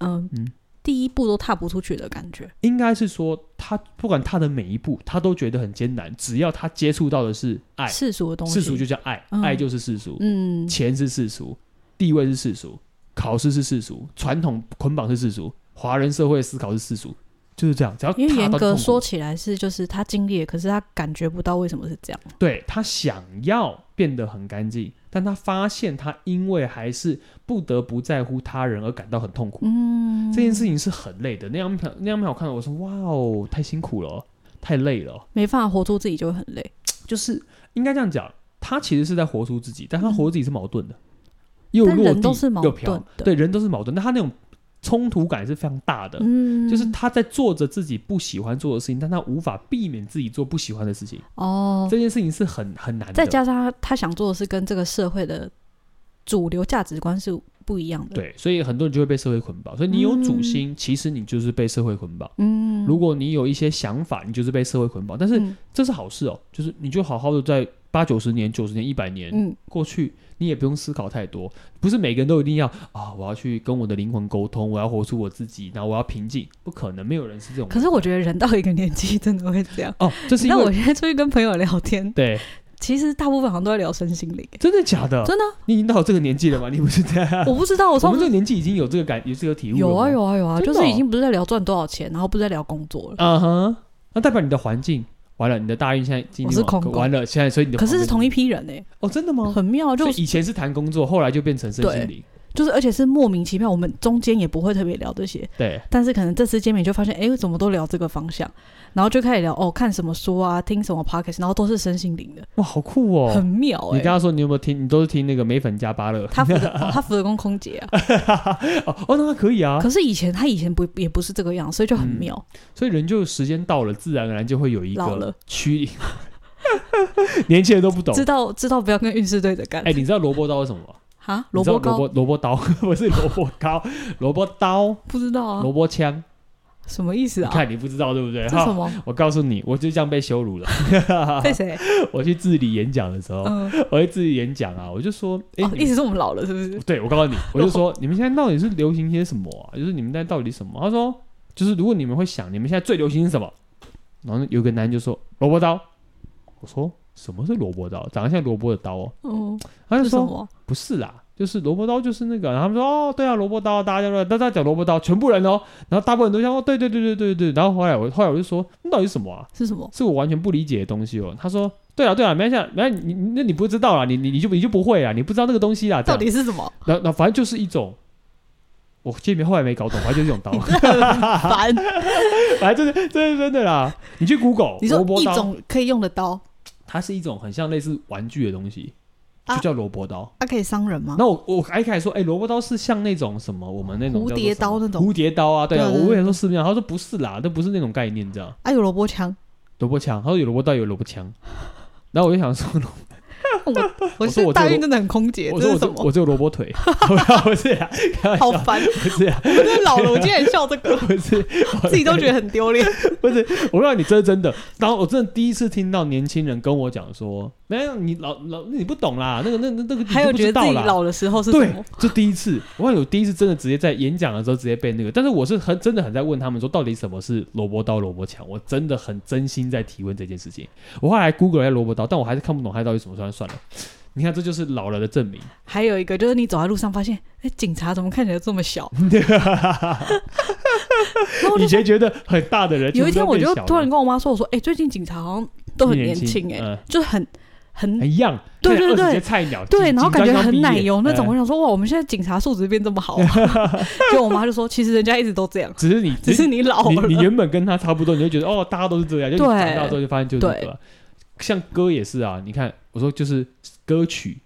A: 嗯
B: 嗯
A: 第一步都踏不出去的感觉。
B: 应该是说他不管他的每一步，他都觉得很艰难，只要他接触到的是爱，
A: 世俗的东西，
B: 哎世俗就叫爱，
A: 嗯
B: 爱就是世俗，
A: 嗯
B: 钱是世俗，地位是世俗，考试是世俗，传统捆绑是世俗，华人社会思考是世俗，就是这样。只要
A: 因为
B: 踏
A: 严
B: 到
A: 格
B: 痛苦
A: 说，起来是，就是他经历了，可是他感觉不到为什么是这样。
B: 对他想要变得很干净，但他发现他因为还是不得不在乎他人而感到很痛苦。
A: 嗯，
B: 这件事情是很累的，那样片那样片我看到我说哇哦，太辛苦了，太累了。
A: 没办法活出自己就会很累。
B: 就是应该这样讲，他其实是在活出自己，但他活出自己是矛盾的，又
A: 嗯但
B: 落
A: 人都
B: 地
A: 是矛
B: 又
A: 盾
B: 飘，
A: 的
B: 对，人都是矛盾，但他那种冲突感是非常大的。
A: 嗯，
B: 就是他在做着自己不喜欢做的事情，但他无法避免自己做不喜欢的事情。
A: 哦，
B: 这件事情是很很难的。
A: 再加上他他想做的是跟这个社会的主流价值观是不一样的。，
B: 对，所以很多人就会被社会捆绑。所以你有主心，其实你就是被社会捆绑。
A: 嗯，
B: 如果你有一些想法，你就是被社会捆绑。但是
A: 嗯
B: 这是好事哦，就是你就好好的在八九十年、九十年、一百年，
A: 嗯
B: 过去，你也不用思考太多。不是每个人都一定要啊，我要去跟我的灵魂沟通，我要活出我自己，然后我要平静，不可能，没有人是这种人。
A: 可是我觉得人到一个年纪真的会这样。
B: 哦，这是因
A: 那
B: 为
A: 我现在出去跟朋友聊天，
B: 对，
A: 其实大部分好像都在聊身心灵。
B: 真的假的？
A: 真的啊，
B: 你已经到这个年纪了吗？你不是这样？
A: (laughs) 我不知道，我
B: 啊我
A: 上
B: 们
A: 次
B: 这个年纪已经有这个感，有这个体悟了
A: 有啊
B: 吗
A: 有啊有啊，
B: 真
A: 就
B: 的哦
A: 是已经不是在聊赚多少钱，然后不是在聊工作了。
B: 啊哈，那代表你的环境完了，你的大运现在今
A: 我
B: 天
A: 是空宫
B: 完了，现在所以你的
A: 可是是
B: 环境
A: 同一批人哎、
B: 哦，真
A: (laughs)
B: 的吗？
A: 很妙，就
B: 所以以前是谈工作，后来就变成身心灵，
A: 就是而且是莫名其妙，我们中间也不会特别聊这些，
B: 对
A: 但是可能这次见面就发现，哎、怎么都聊这个方向，然后就开始聊哦，看什么书啊，听什么 podcast，然后都是身心灵的，
B: 哇，好酷哦！
A: 很妙
B: 你
A: 哎、
B: 刚刚说你有没有听？你都是听那个美粉加巴乐？ (laughs)
A: 他服的、哦他服的工空姐啊，
B: 哦哦，那他可以 (laughs) 啊。
A: 可是以前他以前不也不是这个样，所以就很
B: 嗯
A: 妙。
B: 所以人就时间到了，自然而然就会有一
A: 老
B: 个
A: 了
B: 趋。 (laughs) 年轻人都不懂
A: 知。道知道不要跟运势对着干
B: 哎、你知道萝卜刀是什么吗？
A: 哈，
B: 你
A: 萝
B: 知道
A: 卜
B: 萝
A: 糕
B: 卜萝卜刀 (laughs) 不是萝卜糕，萝卜刀、
A: 不知道啊
B: 萝，卜枪。
A: 什么意思
B: 你
A: 啊？
B: 看啊你不知道对不对？
A: 这什
B: 哈，
A: 么？
B: 我告诉你，我就这样被
A: (laughs)
B: 羞辱了。 (laughs)
A: 被谁？
B: 我去治理演讲的时候，
A: 嗯，
B: 我去治理演讲啊，我就说，哦哎、
A: 哦，
B: 你
A: 意
B: 们
A: 思是我们老了是不是？
B: 对我告诉你，我就说，你们现在到底是流行些什么啊？就是你们在到底什么？他说，就是如果你们会想，你们现在最流行是什么？然后有个男人就说萝卜刀。我说什么是萝卜刀？长得像萝卜的刀哦。
A: 嗯，
B: 他就是
A: 什
B: 说
A: 么？
B: 不是啦，就是萝卜刀就是那个。然后他们说哦，对啊，萝卜刀，大家都大家讲萝卜刀，全部人哦。然后大部分人都像哦，对对对对对对。然后后来我后来我就说，那到底是什么啊？
A: 是什么？
B: 是我完全不理解的东西哦。他说：“对啊，对啊，没关系啊，没关系，你你那你不知道啦，你你你就你就不会啊，你不知道那个东西啦。这
A: 到
B: 样”
A: 底是什么？
B: 然后，然后反正就是一种，我见面后来没搞懂，反正就是一
A: 哦
B: 种刀，
A: 烦。 (laughs)
B: 反正就是真的真的啦。你去 Google，
A: 你说
B: 萝卜
A: 一
B: 刀，
A: 种可以用的刀，
B: 它是一种很像类似玩具的东西，
A: 啊
B: 就叫萝卜刀。
A: 它可以伤人吗？
B: 那我我还开始说，哎、萝卜刀是像那种什么，我们那种
A: 蝴
B: 叫做
A: 蝶
B: 什么
A: 刀那种
B: 蝴蝶刀啊，对啊，
A: 对对
B: 我问
A: 对
B: 他说是不是这样，他说不是啦，那不是那种概念这样。
A: 啊，有萝卜枪，
B: 萝卜枪，他说有萝卜刀，有萝卜枪。然后我就想说，
A: 我我
B: 说我
A: 是
B: 这
A: 大
B: 个
A: 运真的很空姐，
B: 我
A: 这是
B: 说我
A: 什
B: 就
A: 么？
B: 我只有萝卜腿， (laughs) 不是啊，开玩
A: 好
B: 笑，
A: 烦！ (laughs)
B: 不是啊，
A: 我真的老了，我竟然笑这个， (laughs)
B: 不是，
A: 自己都觉得很丢 (laughs) 脸。
B: (laughs) 不是，我告诉你，这是真的。然后我真的第一次听到年轻人跟我讲说，没有你老老你不懂啦，那个那那那个
A: 还有
B: 你
A: 觉
B: 就不知
A: 得自
B: 道
A: 己
B: 啦。
A: 老的时候是什
B: 对
A: 么？，
B: 这第一次，我告诉你，我第一次真的直接在演讲的时候直接被那个，但是我是很真的很在问他们说，到底什么是萝卜刀、萝卜枪？我真的很真心在提问这件事情。我后来 Google 一下萝卜刀，但我还是看不懂它到底什么算，算了，你看，这就是老了的证
A: (laughs)
B: 明。 (laughs)
A: 还有一个就是你走在路上发现，哎、警察怎么看起来这么小？然后我
B: 以
A: 就
B: 前觉得很大的人，
A: (laughs) 有一天我就
B: 全部都变
A: 突
B: 小了
A: 然跟我妈说，我说，哎、最近警察好像都很年轻，哎、
B: 嗯
A: 就是很很。
B: 很一样，
A: 嗯对
B: 现在
A: 对对
B: 20些菜鸟，
A: 对，
B: 紧
A: 然后感觉很奶油那。
B: 紧张刚毕业
A: 种，我
B: 嗯
A: 想说哇，我们现在警察素质变这么
B: (laughs)
A: 好、啊，就我妈就说，其实人家一直都这样，
B: 只是
A: (laughs)
B: 你，
A: 只是你老了。
B: 你你原本跟他差不多，你就觉得哦，大家都是这样，就你
A: 对
B: 长大之后就发现就是这
A: 对
B: 个。像歌也是啊，你看，我说就是歌曲，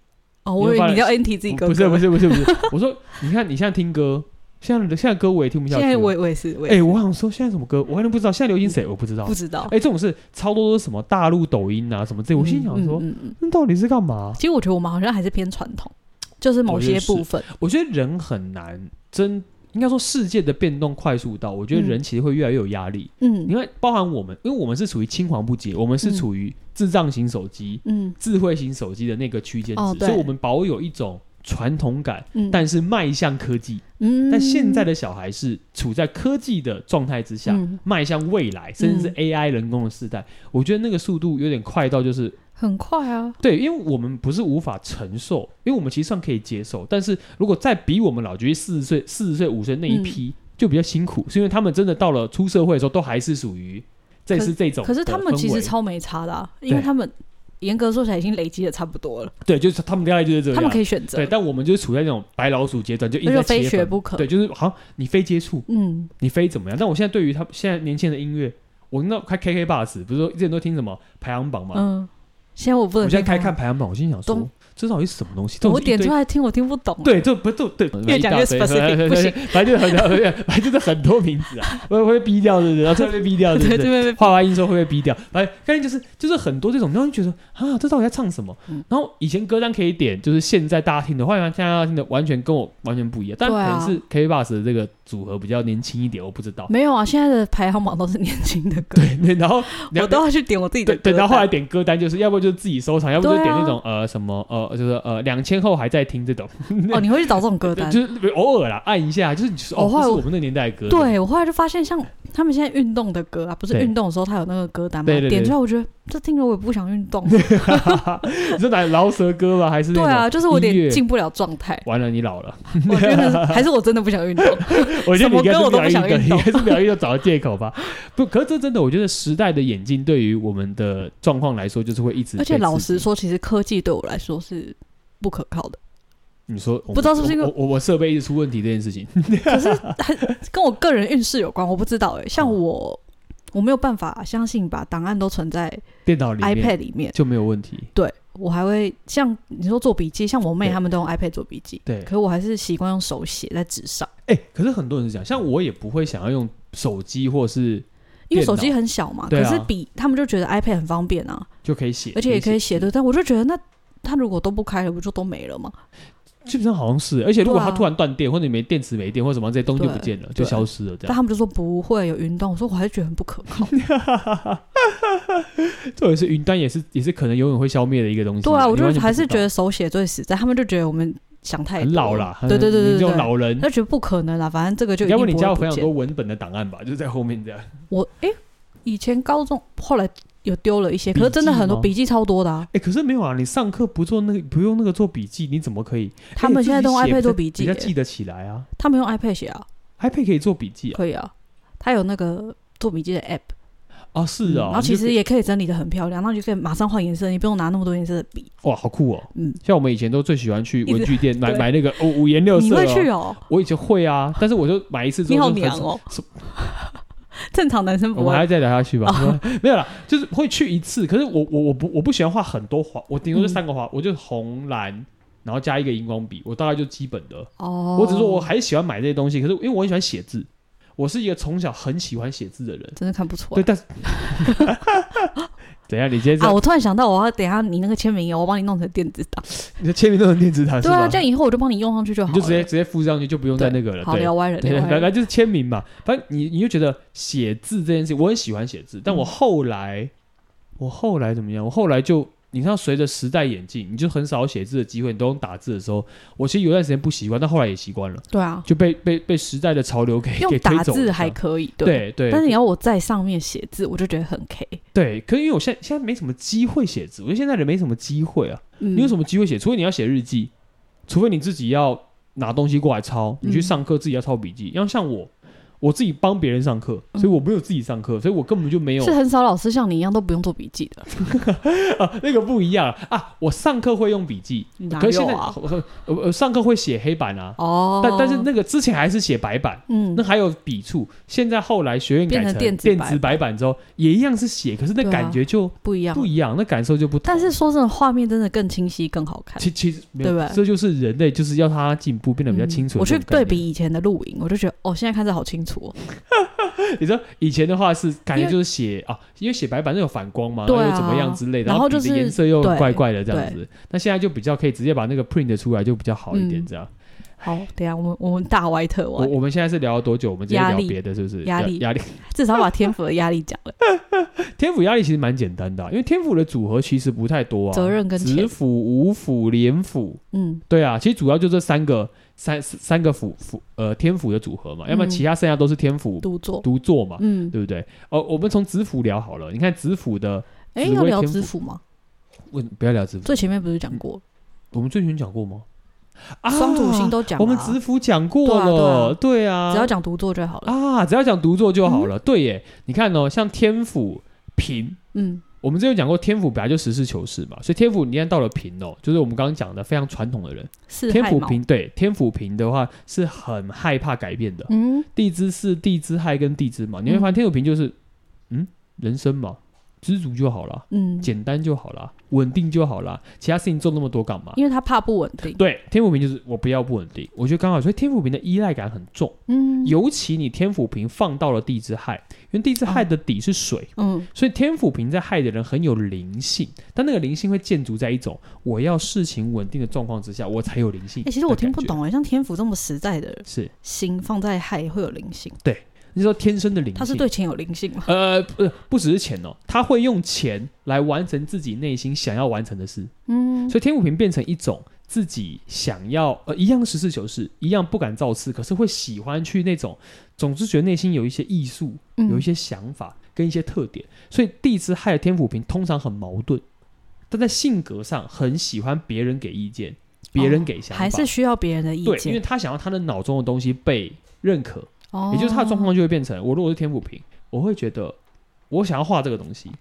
A: 哦，我以为你叫 NT 自己哥哥，
B: 不是不，是不是不
A: (laughs)
B: 是，我说你看你现在听歌，现在的现在歌我也听不下
A: 现
B: 去了。
A: 在我也我也是，我
B: 哎、
A: 也哦
B: 我想说现在什么歌，我还能不知道，现在流行谁我不知道
A: 不。知道
B: 哎、。这种是超多都是什么大陆抖音啊什么这，我心想说，
A: 嗯嗯嗯嗯
B: 那到底是干嘛？
A: 其实我觉得我们好像还是偏传统，就是某
B: 我觉
A: 些
B: 得是
A: 部分，
B: 我觉得人很难真，应该说世界的变动快速到，我觉得人其实会越来越有压力。
A: 嗯
B: 因为包含我们，因为我们是处于青黄不接，我们是处于智障型手机、
A: 嗯
B: 智慧型手机的那个区间值，
A: 哦对
B: 所以我们保有一种传统感，
A: 嗯，
B: 但是迈向科技。
A: 嗯，
B: 但现在的小孩是处在科技的状态之下。
A: 嗯
B: 迈向未来，甚至是
A: 嗯
B: AI 人工的时代，我觉得那个速度有点快到，就是
A: 很快啊，
B: 对，因为我们不是无法承受，因为我们其实算可以接受，但是如果再比我们老，就是四十岁、四十岁、五岁那
A: 嗯
B: 一批，就比较辛苦，是因为他们真的到了出社会的时候，都还是属于这是这种的氛围。
A: 可是他们其实超没差的、啊，因为他们严格说起来已经累积的差不多了，
B: 对，就是他们大概就是这样，
A: 他们可以选择
B: 对，，但我们就是处在那种白老鼠阶段，就一直
A: 那
B: 在
A: 就非
B: 切
A: 学
B: 分
A: 不可
B: 对，就是好像你非接触，
A: 嗯，
B: 你非怎么样？但我现在对于他现在年轻人的音乐，我那开 KK Bus，不是说之前都听什么排行榜嘛？
A: 嗯，现在我不能
B: 我现在开
A: 听
B: 看排行榜，我心想说
A: 懂，
B: 这到底是什么东西？这
A: 懂
B: 种
A: 我
B: 是一
A: 点
B: 堆
A: 出来听我听不懂，， (laughs)
B: 对，这不这对，
A: 越讲越
B: 一大堆
A: specific，不行， (laughs)
B: 反正就是很反正就是很多名字啊，会会逼掉，对不对？然后这会被逼掉，对
A: 对
B: 不
A: 这
B: 对？
A: 边
B: 画完音之后会被逼掉，反正关键就是就是很多这种，然后就觉得啊，这到底在唱什么？
A: 嗯
B: 然后以前歌单可以点，就是现在大家听的，后来现在大家听的完全跟我完全不一样，但
A: 对
B: 可
A: 啊
B: 能是 K Bus 的这个组合比较年轻一点，我不知道。
A: 没有啊，现在的排行榜都是年轻的歌，
B: 对，然后
A: 我都要去点我自己的
B: 对
A: 歌
B: 对，
A: 单，
B: 然后后来点歌单，就是要不就是自己收藏，要不就是
A: 对
B: 点
A: 啊
B: 那种、呃什么呃，就是呃两千后还在听这种，
A: 哦，你会去找这种歌单
B: 对，就是偶尔啦，按一下，就是你说哦
A: 哦，后
B: 这
A: 来
B: 是
A: 我
B: 我们那年代的歌。
A: 对我后来就发现，像他们现在运动的歌啊，不是
B: 对
A: 运动的时候他有那个歌单嘛，
B: 对对对
A: 点出来我觉得这听了我也不想运
B: (laughs)
A: 动，
B: (laughs) 你说哪饶舌歌吗？还是那
A: 对
B: 种
A: 啊，就是我有
B: 音
A: 点
B: 乐，
A: 进不了状态
B: 完了，你老了。 (laughs)
A: 我觉得是还 (laughs) 是我真的不想运动，
B: 我觉得你应该
A: 什么歌
B: (laughs) 是
A: 我都不
B: 苗
A: 想
B: 一个，
A: 运
B: 你
A: 动
B: (laughs) 应该是苗一个找到借口吧。不，可是这真的，我觉得时代的演进对于我们的状况来说，就是会一直。
A: 而且老实，说，其实科技对我来说是不可靠的。
B: 你说我们
A: 不知道是不是因为
B: 我我我设备一直出问题这件事情， (laughs)
A: 可是很跟我个人运势有关，我不知道哎、
B: 哦
A: 像我，我没有办法相信把档案都存在
B: 电脑里面
A: iPad 里面。
B: 就没有问题。
A: 对我还会像你说做笔记，像我妹
B: 对
A: 他们都用 iPad 做笔记，
B: 对
A: 可是我还是习惯用手写在纸上，
B: 哎、可是很多人是这样，像我也不会想要用手机或是
A: 因为
B: 电脑
A: 手机很小嘛。
B: 对
A: 可
B: 啊
A: 是笔他们就觉得 iPad 很方便啊，
B: 就可以写，
A: 而且也可以写
B: 嗯
A: 对，但我就觉得那他如果都不开了，不就都没了吗？
B: 基本上好像是，而且如果
A: 对
B: 它
A: 啊
B: 突然断电，或者你没电池没电，或者什么这些东西就不
A: 对
B: 见了，就
A: 对啊
B: 消失了，
A: 但
B: 这样。
A: 他们就说不会有云端，我说我还是觉得很不可靠。
B: (laughs) 这也是云端，也是也是可能永远会消灭的一个东西。
A: 对啊，我
B: 你
A: 就
B: 完全不
A: 还是
B: 知道
A: 觉得手写最实在，他们就觉得我们想太多
B: 很老啦，
A: 对对对
B: 你
A: 对
B: 这
A: 对
B: 种老人
A: 那，觉得不可能啦，反正这个就一
B: 要
A: 定
B: 不
A: 不
B: 你家有
A: 会
B: 非
A: 不
B: 常
A: 见
B: 多。文本的档案吧，就是在后面这样。
A: 我诶，以前高中后来有丢了一些，
B: 笔
A: 可是真的很多
B: 记吗
A: 笔记超多的啊。
B: 哎，可是没有啊，你上课不做那个不用那个做笔记，你怎么可以？
A: (laughs) 他们现在都用
B: 哎
A: iPad 做
B: 自己
A: 笔记
B: 写比较
A: 耶，
B: 记得起来啊
A: 他们用 iPad 写啊，
B: ，iPad 可以做笔记啊。
A: 可以啊。他有那个做笔记的 app，
B: 啊，是啊，
A: 嗯然后
B: 你
A: 其
B: 就可
A: 实
B: 以
A: 也可以整理的很漂亮，然后你就可以马上换颜色，你不用拿那么多颜色的笔。
B: 哇，好酷哦。
A: 嗯，
B: 像我们以前都最喜欢去文具店
A: (laughs)
B: 买
A: 对
B: 买那个哦五颜六
A: 你
B: 色
A: 会
B: 哦，
A: 去哦？ (laughs)
B: 我以前会啊，但是我就买一次之后
A: 你好娘
B: 就很少
A: 哦
B: 什！
A: (laughs) 正常男生
B: 我
A: 不
B: 们还
A: 会
B: 要再聊下去吧？
A: 哦
B: (laughs) 没有啦，就是会去一次，可是我我我不我不喜欢画很多花，我
A: 嗯
B: 顶多就三个花，我就红蓝，然后加一个荧光笔，我大概就基本的。
A: 哦。
B: 我只是说我还喜欢买这些东西，可是因为我很喜欢写字，我是一个从小很喜欢写字的人。
A: 真的看不出来
B: 对，
A: (laughs)
B: 但是 (laughs) 等一下，你今天
A: 啊！
B: 这
A: 我突然想到，我要等一下你那个签名页，哦我帮你弄成电子档。
B: 你的签名都能电子档是
A: 对
B: 吧？
A: 啊，这样以后我就帮你用上去就好
B: 你
A: 了。
B: 就直接直接附上去，就不用再那个了。
A: 好
B: 对
A: 聊歪了，
B: (laughs) 对，
A: 聊
B: 反
A: 歪
B: 反
A: 了。
B: 正就是签名嘛。反正你你就觉得写字这件事情，我很喜欢写字，但我
A: 嗯
B: 后来、我后来怎么样？我后来就你看，随着时代演进，你就很少有写字的机会，你都用打字的时候，我其实有段时间不习惯，但后来也习惯了，
A: 对啊，
B: 就被被被时代的潮流给
A: 用
B: 给推
A: 打
B: 走了这
A: 字
B: 样
A: 还可以，对
B: 对对，
A: 但是你要我在上面写字，我就觉得很 K。
B: 对，可是因为我现在现在没什么机会写字，我觉得现在人没什么机会啊，
A: 嗯
B: 你有什么机会写？除非你要写日记，除非你自己要拿东西过来抄，你去
A: 嗯
B: 上课自己要抄笔记。要像我，我自己帮别人上课，所以我没有自己上课，所以我根本就没有
A: 嗯是很少老师像你一样都不用做笔记的，
B: 啊，那个不一样啊。我上课会用笔记，
A: 哪
B: 可是现
A: 有
B: 在
A: 啊？
B: 我我我上课会写黑板啊，
A: 哦，
B: 但但是那个之前还是写白板。
A: 嗯
B: 那，还有笔触，现在后来学院改
A: 变成
B: 电
A: 电子白板
B: 白板之后，也一样是写，可是那
A: 对啊
B: 感觉就
A: 不一样
B: 不。一样，那感受就不同。
A: 嗯但是说真的，画面真的更清晰、更好看。
B: 其其实没有
A: 对不对
B: 这就是人类就是要他进步，变得比较
A: 嗯
B: 清楚、
A: 我去对，比以前的录影，我就觉得哦，现在看着好清楚哦。
B: (laughs) 你说以前的话是感觉
A: 因为
B: 就是写啊，因为写白板那有反光嘛，
A: 对啊
B: 然后又怎么样之类的，
A: 然后
B: 笔的
A: 就是
B: 颜色又
A: 对
B: 怪怪的这样子。那现在就比较可以直接把那个 print 出来，就比较好一点
A: 嗯
B: 这样。
A: 好，等一下我们我们大歪特
B: 我
A: 歪，
B: 我们现在是聊了多久？我们直接
A: 压
B: 聊
A: 力
B: 别的，是不是？
A: 压
B: 对
A: 力
B: 压力 (laughs)
A: 至少把天赋的压力讲了。
B: 天府压力其实蛮简单的啊、因为天府的组合其实不太多啊，
A: 责任跟钱
B: 子府、五府、连府，
A: 嗯，
B: 对啊，其实主要就这三个三三个府府呃天府的组合嘛，要不然
A: 嗯
B: 其他剩下都是天府
A: (laughs) 独坐。
B: 独坐嘛，
A: 嗯，
B: 对不对？哦，我们从子府聊好了，你看子府的，
A: 哎，
B: 紫薇
A: 要聊
B: 天
A: 知
B: 赋
A: 府吗？
B: 问不要聊子府，
A: 最前面不是讲过
B: 我们最前讲过吗？啊，
A: 双主星都讲
B: 我们
A: 了啊
B: 子府讲过
A: 对啊
B: 了，对啊，
A: 只要讲嗯独坐就好了。
B: 啊，只要讲独坐就好了，对耶，你看哦，像天府平。
A: 嗯
B: 我们之前有讲过，天府本来就实事求是嘛，所以天府你看到了平哦，就是我们刚刚讲的非常传统的人。，
A: 四
B: 天
A: 亥
B: 府
A: 卯
B: 平对天府平的话是很害怕改变的，
A: 嗯，
B: 地支是地支亥跟地支卯，你会发现天府平就是嗯人生嘛，知足就好了，
A: 嗯，
B: 简单就好了，稳定就好了，其他事情做那么多干嘛？
A: 因为他怕不稳定。
B: 对，天府平就是我不要不稳定，我觉得刚好，所以天府平的依赖感很重，
A: 嗯，
B: 尤其你天府平放到了地支亥，因为地支亥的底是水。
A: 嗯
B: 所以天府平在害的人很有灵性，但那个灵性会建筑在一种我要事情稳定的状况之下，我才有灵性。
A: 哎、其实我听不。懂哎、像天府这么实在的
B: 是，
A: 心放在亥会有灵性，
B: 你说天生的灵性，
A: 他是对钱有灵性吗？
B: 呃，不是，不只是钱哦，他会用钱来完成自己内心想要完成的事，
A: 嗯，
B: 所以天府平变成一种自己想要，呃，一样实事求是，一样不敢造次，可是会喜欢去那种，总是觉得内心有一些艺术，
A: 嗯
B: 有一些想法跟一些特点，所以地支亥的天府平通常很矛盾，但在性格上很喜欢别人给意见，别人给想法，
A: 哦还是需要别人的意
B: 对，因为
A: 见，
B: 他想要他的脑中的东西被认可，
A: 哦，
B: 也就是他的状况就会变成，我如果是天府平，我会觉得我想要画这个东西，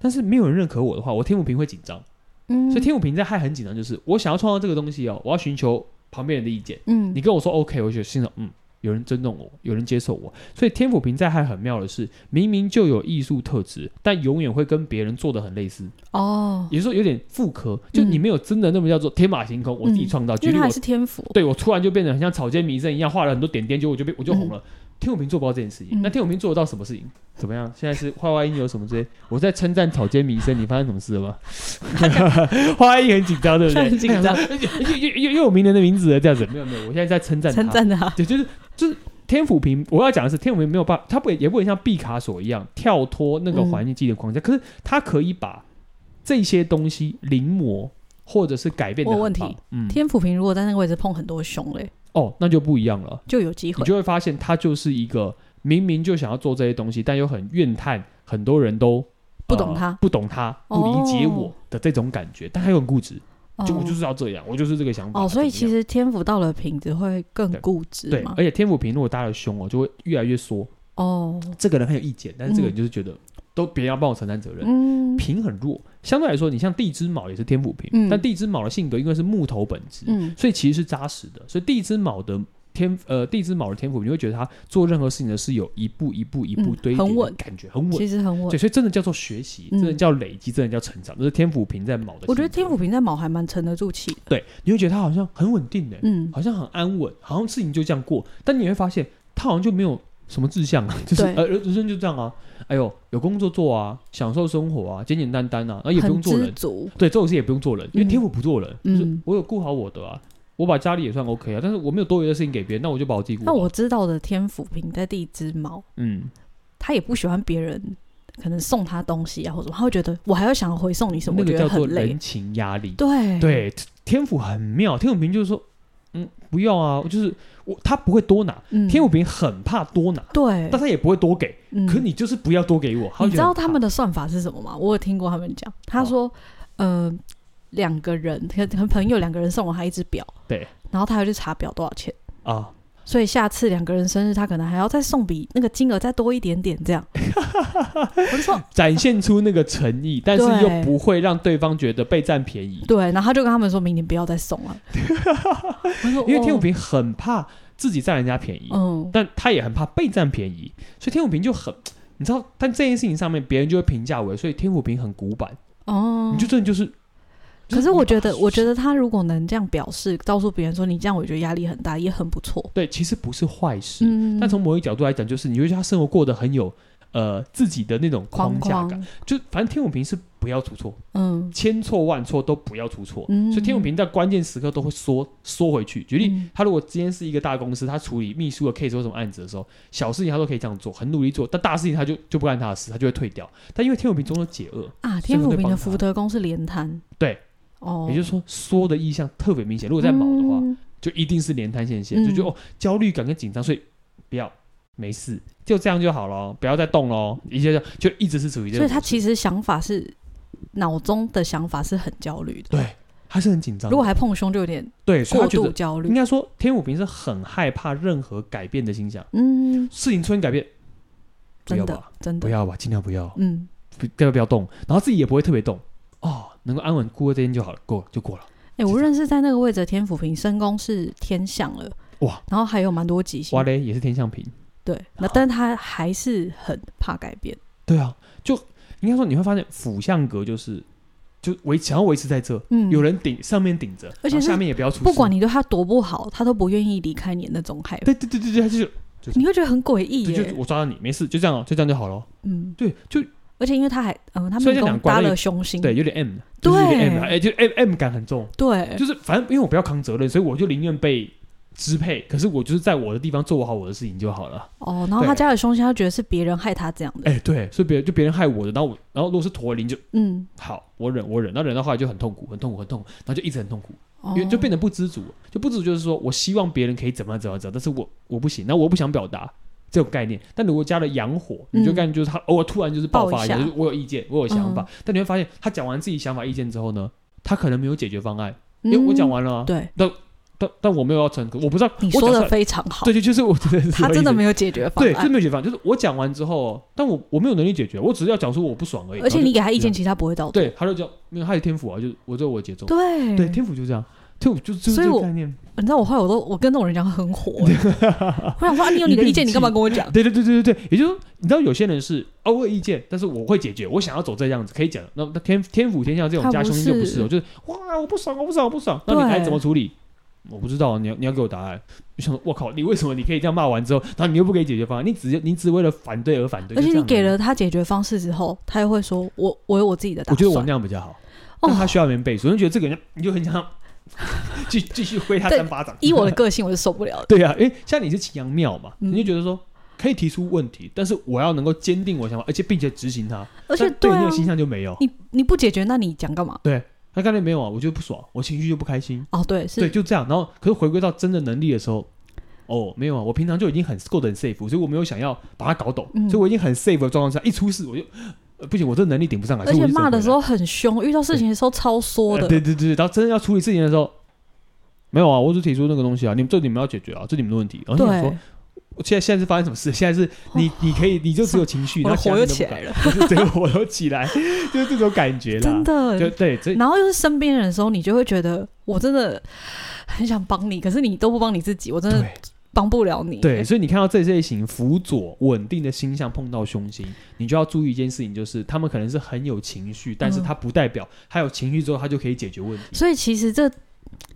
B: 但是没有人认可我的话，我天府平会紧张，
A: 嗯，
B: 所以天府平在亥很紧张，就是我想要创造这个东西哦，我要寻求旁边人的意见。
A: 嗯
B: 你跟我说 OK，我就心想，嗯，有人尊重我，有人接受我。所以天府平在还很妙的是，明明就有艺术特质，但永远会跟别人做的很类似，
A: 哦，
B: 也就是说有点复刻，就你没有真的那么叫做天马行空，我自己创造。
A: 嗯
B: 举
A: 因为
B: 例
A: 他
B: 我
A: 还，是天府，
B: 对我突然就变得很像草间弥生一样，画了很多点点，结果我就被我就红了。天府平做不到这件事情，
A: 嗯
B: 那天府平做得到什么事情？怎么样？现在是画外音有什么这些？我在称赞草间弥生，你发生什么事了吗？ (laughs) 画外音很紧张，对不对？哎
A: 很紧张
B: 他想说，又又又又有名人的名字了，这样子没有没有，我现在在称赞他
A: 称赞他，
B: 对，就是就是天府平，我要讲的是天府平没有办法，他不也不能像毕卡索一样跳脱那个
A: 嗯
B: 环境记忆的框架，可是他可以把这些东西临摹或者是改变的
A: 我有问题，
B: 嗯，
A: 天府平如果在那个位置碰很多熊嘞，
B: 哦，那就不一样了，
A: 就有机
B: 你
A: 会，
B: 就会发现他就是一个明明就想要做这些东西，但又很怨叹，很多人都。
A: 不
B: 呃
A: 懂他
B: 不懂他，不理解我的这种感觉，但他又很固执，
A: 哦
B: 就我就是要这样，我就是这个想法。
A: 哦，所以嗯
B: 怎
A: 其
B: 么样
A: 实天府到了平子会更
B: 对
A: 固执
B: 对，
A: 嘛
B: 而，且天府平如果搭的凶哦，就会越来越缩，
A: 哦，
B: 这个人很有意见，但是这个人就是觉得、都别人要帮我承担责任，
A: 嗯
B: 平很弱。相对来说，你像地支卯也是天府平，
A: 嗯
B: 但地支卯的性格因为是木头本质，
A: 嗯
B: 所以其实是扎实的。所以地支卯的天呃地支卯的天府，你会觉得他做任何事情呢是有一步一步一步
A: 嗯
B: 堆叠的
A: 很稳
B: 感觉很稳。
A: 其实很稳
B: 对，，所以真的叫做学习，
A: 嗯
B: 真的叫累积，真的叫成长，这是天府平在卯的。
A: 我觉得天府，平在卯还蛮沉得住气的，
B: 对，你会觉得他好像很稳定的、
A: 嗯，
B: 好像很安稳，好像事情就这样过，但你会发现他好像就没有什么志向啊， (laughs) 就是
A: 对
B: 呃人人生就这样啊，哎呦有工作做啊，享受生活啊，简简单单啊，然后也不用
A: 很
B: 做
A: 知
B: 人，
A: 足，
B: 对，这种事也不用做人，因为
A: 嗯
B: 天府不做人，
A: 嗯
B: 就是我有顾好我的啊，我把家里也算 OK 啊，但是我没有多余的事情给别人，那我就把我自己顾
A: 那
B: 好，
A: 我知道的天府平在地支卯，
B: 嗯，
A: 他也不喜欢别人可能送他东西啊或者什么，他会觉得我还要想回送你什么，我
B: 那个
A: 觉
B: 叫
A: 得
B: 做
A: 很累
B: 人。情压力，
A: 对，
B: 对，天府很妙，天府平就是说，嗯，不要啊，就是我他不会多拿，
A: 嗯
B: 天府平很怕多拿，
A: 对
B: 但，他也不会多给，
A: 嗯
B: 可你就是不要多给我，他会
A: 你
B: 觉
A: 知
B: 得
A: 道
B: 很
A: 他
B: 怕
A: 们的算法是什么吗？我有听过他们讲，他说，嗯、两个人，可能朋友两个人送我他一只表，
B: 对，
A: 然后他还去查表多少钱，
B: 啊，
A: 所以下次两个人生日，他可能还要再送比那个金额再多一点点这
B: (laughs)
A: 样。我就说
B: 展现出那个诚意，但是
A: 对
B: 又不会让对方觉得被占便宜，
A: 对，然后他就跟他们说明年不要再送
B: (laughs)
A: 了。我说
B: 因为天
A: 哦
B: 武平很怕自己占人家便宜，
A: 嗯，
B: 但他也很怕被占便宜，所以天武平就很，你知道，但这件事情上面别人就会评价我，所以天武平很古板，
A: 哦
B: 你就，真的就是。
A: 可是我觉
B: 就
A: 得，
B: 你把
A: 我觉得他如果能这样表示，告诉别人说你这样，我觉得压力很大，也很不错。
B: 对，其实不是坏事，
A: 嗯，
B: 但从某一角度来讲，就是你会觉得他生活过得很有呃自己的那种框
A: 框
B: 架感。
A: 框，
B: 就反正天武平是不要出错，
A: 嗯，
B: 千错万错都不要出错。
A: 嗯
B: 所以天武平在关键时刻都会缩缩回去。举例，
A: 嗯
B: 他如果今天是一个大公司，他处理秘书的 case 或什么案子的时候，小事情他都可以这样做，很努力做，但大事情他就就不干他的事，他就会退掉。但因为天武平中有解厄，
A: 啊，
B: 所
A: 天
B: 以我
A: 府
B: 会
A: 平
B: 帮
A: 的
B: 他
A: 福德宫是连摊，
B: 对，
A: 哦，
B: 也就是说缩的意向特别明显。如果在卯的话，
A: 嗯
B: 就一定是连摊线线，
A: 嗯
B: 就觉得哦焦虑感跟紧张，所以不要没事，就这样就好了，不要再动喽，一切就就一直是处于这
A: 所
B: 种
A: 以他其实想法是脑中的想法是很焦虑的，
B: 对他是很紧张的，
A: 如果还碰胸就有点
B: 对，所以
A: 过
B: 他觉
A: 度
B: 得
A: 焦
B: 应
A: 虑，
B: 该说天武平是很害怕任何改变的形象，
A: 嗯，
B: 事情出现改变，不要
A: 真的
B: 吧，
A: 真
B: 不
A: 的，
B: 要吧，尽量不要，
A: 嗯，
B: 不要不要动，然后自己也不会特别动，哦，能够安稳过这一天就好了，过了就过了，
A: 哎，我认识在那个位置的天府平，身宫是天象了，
B: 哇，
A: 然后还有蛮多吉星
B: 哇，嘞也是天象平，
A: 对，那但他还是很怕改变，
B: 对啊，就应该说你会发现辅相格就是就维想要维持在这，
A: 嗯，
B: 有人顶上面顶着，
A: 而且
B: 然后
A: 是
B: 下面也不要出事，
A: 不管你对他多不好，他都不愿意离开你的那种害怕，
B: 对对对对对，他就是
A: 你会觉得很诡异
B: 对，就是
A: 耶，
B: 我抓到你，没事，就这样哦，就这样就好了。
A: 嗯，
B: 对，就
A: 而且因为他还嗯，他
B: 所
A: 们
B: 以这两
A: 宫
B: 关
A: 搭
B: 那个
A: 了凶星，
B: 对，有点 M，就是有
A: 对
B: 点 M，哎，就 M M 感很重，
A: 对，
B: 就是反正因为我不要扛责任，所以我就宁愿被支配，可是我就是在我的地方做好我的事情就好了。
A: 哦，然后
B: 对
A: 他家里凶星，他觉得是别人害他这样的。
B: 哎，对，所以别人就别人害我的，然后我，然后如果是驼铃就
A: 嗯，
B: 好，我忍我忍，然后忍到后来就很痛苦，很痛苦，很痛苦，然后就一直很痛苦，
A: 哦
B: 因为就变得不知足，就不知足就是说我希望别人可以怎么样怎么样怎么样，但是我我不行，那我不想表达这种概念。但如果加了阳火，
A: 嗯
B: 你就概念就是他偶尔突然就是爆发
A: 爆一嗯
B: 一下，
A: 下
B: 就是我有意见，我有想法，但你会发现他讲完自己想法意见之后呢，他可能没有解决方案，因为我讲完了、啊
A: 嗯，对，
B: 但但我没有要成，我不知道
A: 你说
B: 我讲
A: 的
B: 出来
A: 非常好
B: 对，，就就是我真的是
A: 他真的没有解决方
B: 对，真的
A: 案，
B: 没有解决方案，就是我讲完之后，但我我没有能力解决，我只是要讲出我不爽而已。
A: 而且
B: 然后
A: 你
B: 就
A: 给他意见，其实他不会照做。
B: 对，他就讲没有，他有天赋啊，就我这我节奏，
A: 对
B: 对，天赋就这样，天赋就就是
A: 所以
B: 这个
A: 我
B: 概念。
A: 你知道我后来我都我跟那种人讲很
B: (laughs)
A: 火，欸我想说啊，你有你的意见，你干嘛跟我讲？
B: 对对对对对对，也就是说，你知道有些人是哦，我有意见，但是我会解决，我想要走这样子，可以讲。那那天天府天下这种
A: 他
B: 家
A: 不
B: 兄弟就不
A: 是
B: 是哦，就是哇，我不爽，我不爽，我不爽。那你
A: 对
B: 该怎么处理？我不知道，啊你要你要给我答案。 (laughs) 我想说，我靠，你为什么你可以这样骂完之后，然后你又不给解决方案？你只你只为了反对而反对，
A: 而且
B: 就这
A: 你
B: 样
A: 给
B: 而已，
A: 了他解决方式之后，他又会说：“我我有我自己的打
B: 我觉得我
A: 算
B: 那。样比较好。
A: 哦
B: 但他需要人背书，你就觉得这个人你就很想 (laughs) 继继续挥他
A: 对
B: 三巴掌”。
A: 依我的个性，我是受不了的。
B: 对啊，因为像你是秦阳庙嘛，
A: 嗯
B: 你就觉得说可以提出问题，但是我要能够坚定我想法，而且并且执行它。
A: 而且
B: 但对你
A: 啊
B: 的，形象就没有。
A: 你你不解决，那你讲干嘛？
B: 他刚才没有啊，我就不爽，我情绪就不开心，
A: 哦，对，
B: 对，
A: 是，
B: 就这样。然后可是回归到真的能力的时候，哦，没有啊，我平常就已经很过得很 safe，所以我没有想要把它搞懂，
A: 嗯
B: 所以我已经很 safe 的状况下，一出事我就、呃不行，我这能力顶不上来，
A: 而
B: 所以
A: 且
B: 我就
A: 骂的时
B: 候，
A: 候很凶，遇到事情的时候超缩
B: 呃
A: 的。
B: 对对对，然后真的要处理事情的时候。没有啊，我只提出那个东西啊，你们这你们要解决啊，这你们的问题。然后你想说
A: 对，，
B: 我现在现在是发生什么事？现在是你你可以，你就只有情绪，
A: 哦我的
B: 然后其他
A: 火又
B: 人都
A: 起
B: 不敢
A: 来了，
B: (laughs) 就是整个火都起来，就是这种感觉啦。
A: 真的，
B: 就对，这
A: 然后又是身边人的时候，你就会觉得我真的很想帮你，可是你都不帮你自己，我真的
B: 对
A: 帮不了你。
B: 对，，所以你看到这类型辅佐稳定的星象碰到凶星，你就要注意一件事情，就是他们可能是很有情绪，但是
A: 嗯
B: 他不代表他有情绪之后他就可以解决问题。
A: 所以其实这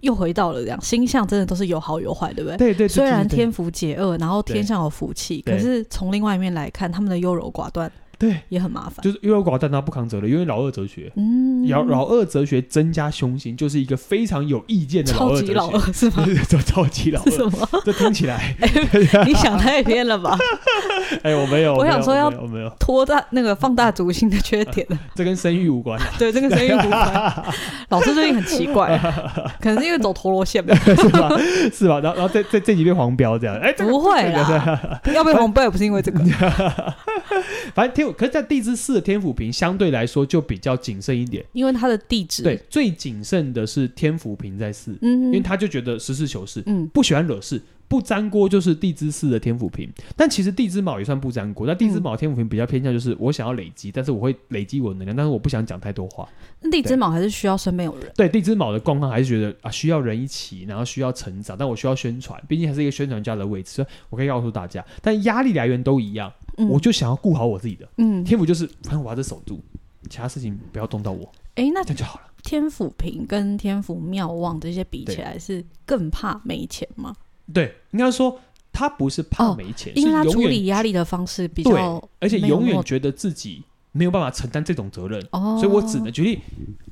A: 又回到了这样，星象真的都是有好有坏，对不对？
B: 对对，对
A: 虽然
B: 对
A: 天福解厄，然后天
B: 对
A: 上有福气，
B: 对
A: 可是从另外一面来看，他们的优柔寡断
B: 对对
A: 也很麻烦。
B: 就是优柔寡断，他不扛责任，因为老二哲学。
A: 嗯，
B: 老老二哲学增加凶星，就是一个非常有意见的老
A: 超
B: 二
A: 级
B: 哲
A: 老
B: 学，
A: 二是吗？
B: 对对对超级 (laughs) 老
A: 是什
B: 二，
A: 么？
B: 这听起来，
A: 你想太偏了吧？
B: 哎，我没有，
A: 我
B: 没有
A: 想说
B: 没有
A: 要
B: 我没有，
A: 拖大那个放大主性的缺
B: (laughs)
A: 点了。
B: 这跟生育无关，
A: 对，这个生育不快。老师最近很奇怪，
B: (laughs)
A: 可能是因为走陀螺线吧。
B: 是
A: (laughs)
B: 吧？是吧？然后然
A: 哦
B: 后这这这几遍黄标这样，哎，这
A: (laughs)
B: 个 (laughs)
A: 不会啦，要被黄标也不是因为这个。
B: 反正天府，可是，在地支四的天府平相对来说就比较谨慎一点。
A: 因为它的地址，
B: 对，，最谨慎的是天府平在四，
A: 嗯，
B: 因为他就觉得实事求是，
A: 嗯
B: 不喜欢惹事，不粘锅就是地支四的天府平。但其实地支卯也算不粘锅，但地支卯天府平比较偏向就是我想要累积，但是我会累积我的能量，但是我不想讲太多话。
A: 那地
B: 对
A: 之卯还是需要身边有人，
B: 对地支卯的状况还是觉得啊，需要人一起，然后需要成长，但我需要宣传，毕竟还是一个宣传家的位置，所以我可以告诉大家。但压力来源都一样，
A: 嗯，
B: 我就想要顾好我自己的
A: 嗯，
B: 天赋，就是反正我把这守住，其他事情不要动到
A: (laughs)
B: 我，
A: 哎，那
B: 这样就好了。
A: 天府平跟天府妙望这些比起来，是更怕没钱吗？
B: 对，应该说他不是怕
A: 哦
B: 没钱，
A: 因为他
B: 是
A: 处
B: 永
A: 理
B: 远
A: 压力的方式比
B: 对
A: 较，，
B: 而且
A: 没有
B: 永
A: 那
B: 远
A: 么
B: 觉得自己没有办法承担这种责任，
A: 哦，
B: 所以我只能举例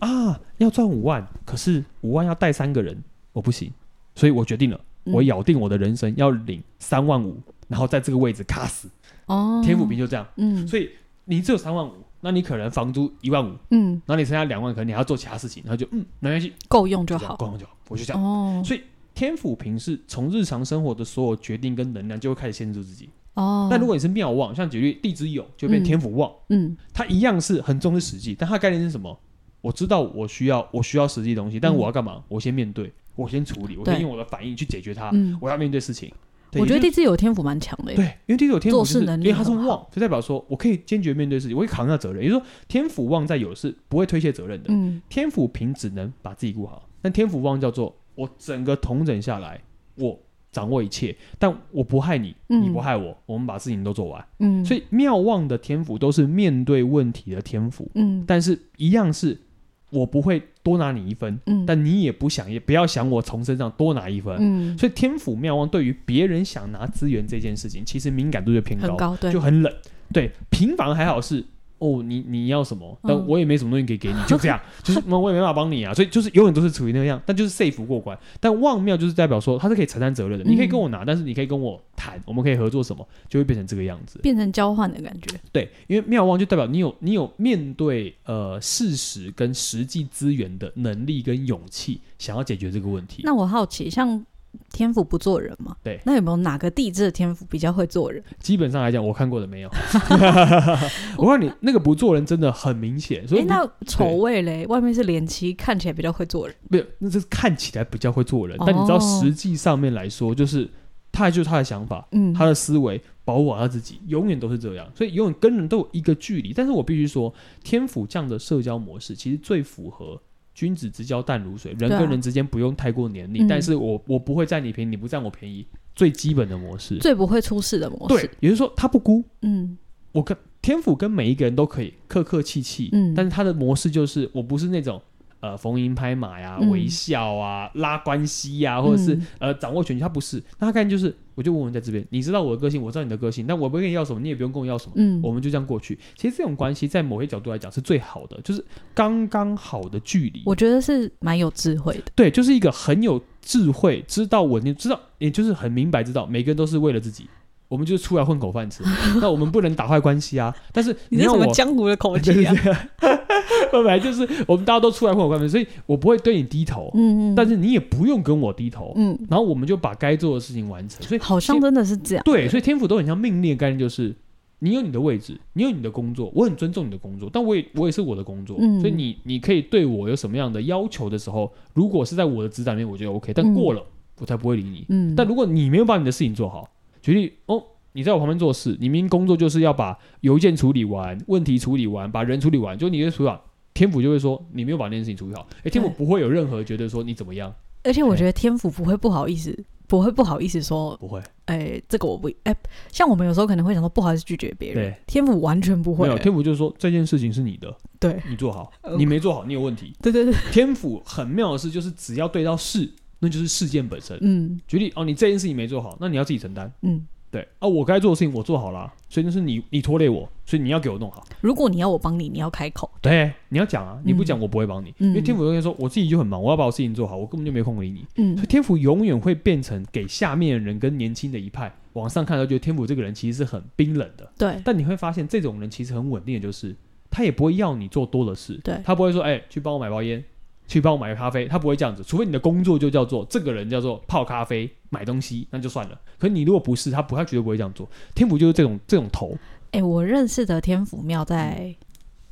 B: 啊，要赚五万，可是五万要带三个人，我不行，所以我决定了。
A: 嗯
B: 我咬定我的人生要领三万五，然后在这个位置卡死。
A: 哦，
B: 天府平就这样，
A: 嗯
B: 所以你只有三万五，那你可能房租一万五，
A: 嗯
B: 然后你剩下两万，可能你还要做其他事情，然后就嗯，没关系，
A: 够用就
B: 这样
A: 好
B: 逛逛就好，我就这样。
A: 哦
B: 所以天府平是从日常生活的所有决定跟能量就会开始限制自己。
A: 哦。
B: 但如果你是妙望，像举例地支酉就变
A: 嗯
B: 天府望，
A: 嗯
B: 它一样是很重视实际，但它的概念是什么？我知道我需要我需要实际的东西，但
A: 嗯
B: 我要干嘛？我先面对，我先处理，我先
A: 对
B: 用我的反应去解决它，
A: 嗯，
B: 我要面对事情。对
A: 我觉
B: 也
A: 得
B: 就
A: 地支有天府蛮强的耶，
B: 对，因为第九天府、
A: 做
B: 就
A: 事
B: 是、
A: 能力
B: 因为他是
A: 很好
B: 旺，就代表说我可以坚决面对事情，我可以扛下责任。也就是说，天府旺在有是不会推卸责任的，
A: 嗯
B: 天府平只能把自己顾好，但天府旺叫做我整个统整下来，我掌握一切，但我不害你，你不
A: 嗯
B: 害我，我们把事情都做完。
A: 嗯，
B: 所
A: 以
B: 以妙旺的天府都是面对问题的天府，
A: 嗯
B: 但是一样是我不会多拿你一分，
A: 嗯
B: 但你也不想也不要想我从身上多拿一分。
A: 嗯
B: 所以天府妙望对于别人想拿资源这件事情，其实敏感度就偏高，
A: 很高，对
B: 就，很冷。对，平凡还好是哦，你你要什么，但
A: 嗯
B: 我也没什么东西可以给你，就
A: (laughs)
B: 这样，就是那我也没办法帮你啊。所以就是永远都是处于那样，但就是 safe 过关。但望庙就是代表说他是可以承担责任的，
A: 嗯
B: 你可以跟我拿，但是你可以跟我谈，我们可以合作什么，就会变成这个样子。
A: 变成交换的感觉，
B: 对，因为妙望就代表你有你有面对呃事实跟实际资源的能力跟勇气，想要解决这个问题。
A: 那我好奇，像天府不做人嘛？
B: 对
A: 那有没有哪个地质的天府比较会做人？
B: 基本上来讲，我看过的
A: (laughs)
B: 没有。我告诉你，那个不做人真的很明显，所
A: 哎、
B: 以不
A: 那丑位嘞，外面是脸漆，看起来比较会做人。
B: 没有，那是看起来比较会做人，但你知道
A: 哦
B: 实际上面来说，就是他就是他的想法，
A: 嗯，
B: 他的思维保护好他自己，永远都是这样，所以永远跟人都有一个距离。但是我必须说，天府这样的社交模式其实最符合。君子之交淡如水，人
A: 对啊
B: 跟人之间不用太过黏腻，
A: 嗯
B: 但是我我不会占你便宜，你不占我便宜，最基本的模式。
A: 最不会出事的模
B: 对
A: 式。，
B: 也就是说他不孤，
A: 嗯
B: 我跟天府跟每一个人都可以客客气气，
A: 嗯
B: 但是他的模式就是我不是那种呃逢迎拍马呀、
A: 嗯
B: 微笑啊、拉关系呀、或者是、
A: 嗯
B: 呃掌握全局，他不是，那他概念就是我就稳稳在这边，你知道我的个性，我知道你的个性，但我不会跟你要什么，你也不用跟我要什么。
A: 嗯
B: 我们就这样过去。其实这种关系在某些角度来讲是最好的，就是刚刚好的距离。
A: 我觉得是蛮有智慧的。
B: 对，就是一个很有智慧，知道我，你知道，也就是很明白知道，每个人都是为了自己，我们就是出来混
A: (laughs)
B: 口饭吃。那我们不能打坏关系啊。但是你
A: 这
B: 要
A: 什么
B: 我，
A: 江湖的口气
B: (laughs)
A: 啊？
B: 本来就是我们大家都出来混口饭吃，所以我不会对你低头，
A: 嗯嗯，
B: 但是你也不用跟我低头。
A: 嗯，
B: 然后我们就把该做的事情完成。所以
A: 好像真的是这样。
B: 对，所以天赋都很像命令的概念，就是你有你的位置，你有你的工作，我很尊重你的工作，但我也我也是我的工作，
A: 嗯
B: 所以你你可以对我有什么样的要求的时候，如果是在我的指导里面，我觉得 OK，但
A: 嗯
B: 过了、我才不会理你。
A: 嗯，
B: 但如果你没有把你的事情做好，举例哦。你在我旁边做事，你明明工作就是要把邮件处理完、问题处理完、把人处理完，就你就处理好，天府就会说你没有把那件事情处理好。哎，天府不会有任何觉得说你怎么样，
A: 而且我觉得天府不会不好意思。不会不好意思说，
B: 不会，
A: 哎、这个我不，哎、像我们有时候可能会想说不好意思拒绝别人，
B: 对
A: 天府完全不
B: 没
A: 会
B: 有，天府就是说这件事情是你的，
A: 对
B: 你做好
A: 呃，
B: 你没做好，你有问题。
A: 对对对，
B: 天府很妙的是，就是只要对到事，那就是事件本身。
A: 嗯
B: 举例哦，你这件事情没做好，那你要自己承担。
A: 嗯，
B: 对啊，我该做的事情我做好了，所以那是你你拖累我，所以你要给我弄好。
A: 如果你要我帮你，你要开口。
B: 对，你要讲啊，你不讲
A: 嗯
B: 我不会帮你，
A: 嗯
B: 因为天府永远说我自己就很忙，我要把我事情做好，我根本就没空理你。
A: 嗯
B: 所以天府永远会变成给下面的人跟年轻的一派往上看，都觉得天府这个人其实是很冰冷的。
A: 对，
B: 但你会发现，这种人其实很稳定的，就是他也不会要你做多的事，
A: 对
B: 他不会说，哎、去帮我买包烟，去帮我买个咖啡，他不会这样子。除非你的工作就叫做这个人叫做泡咖啡、买东西，那就算了。可你如果不是，他不，他绝对不会这样做。天府就是这种这种头，
A: 哎、哎、我认识的天府庙在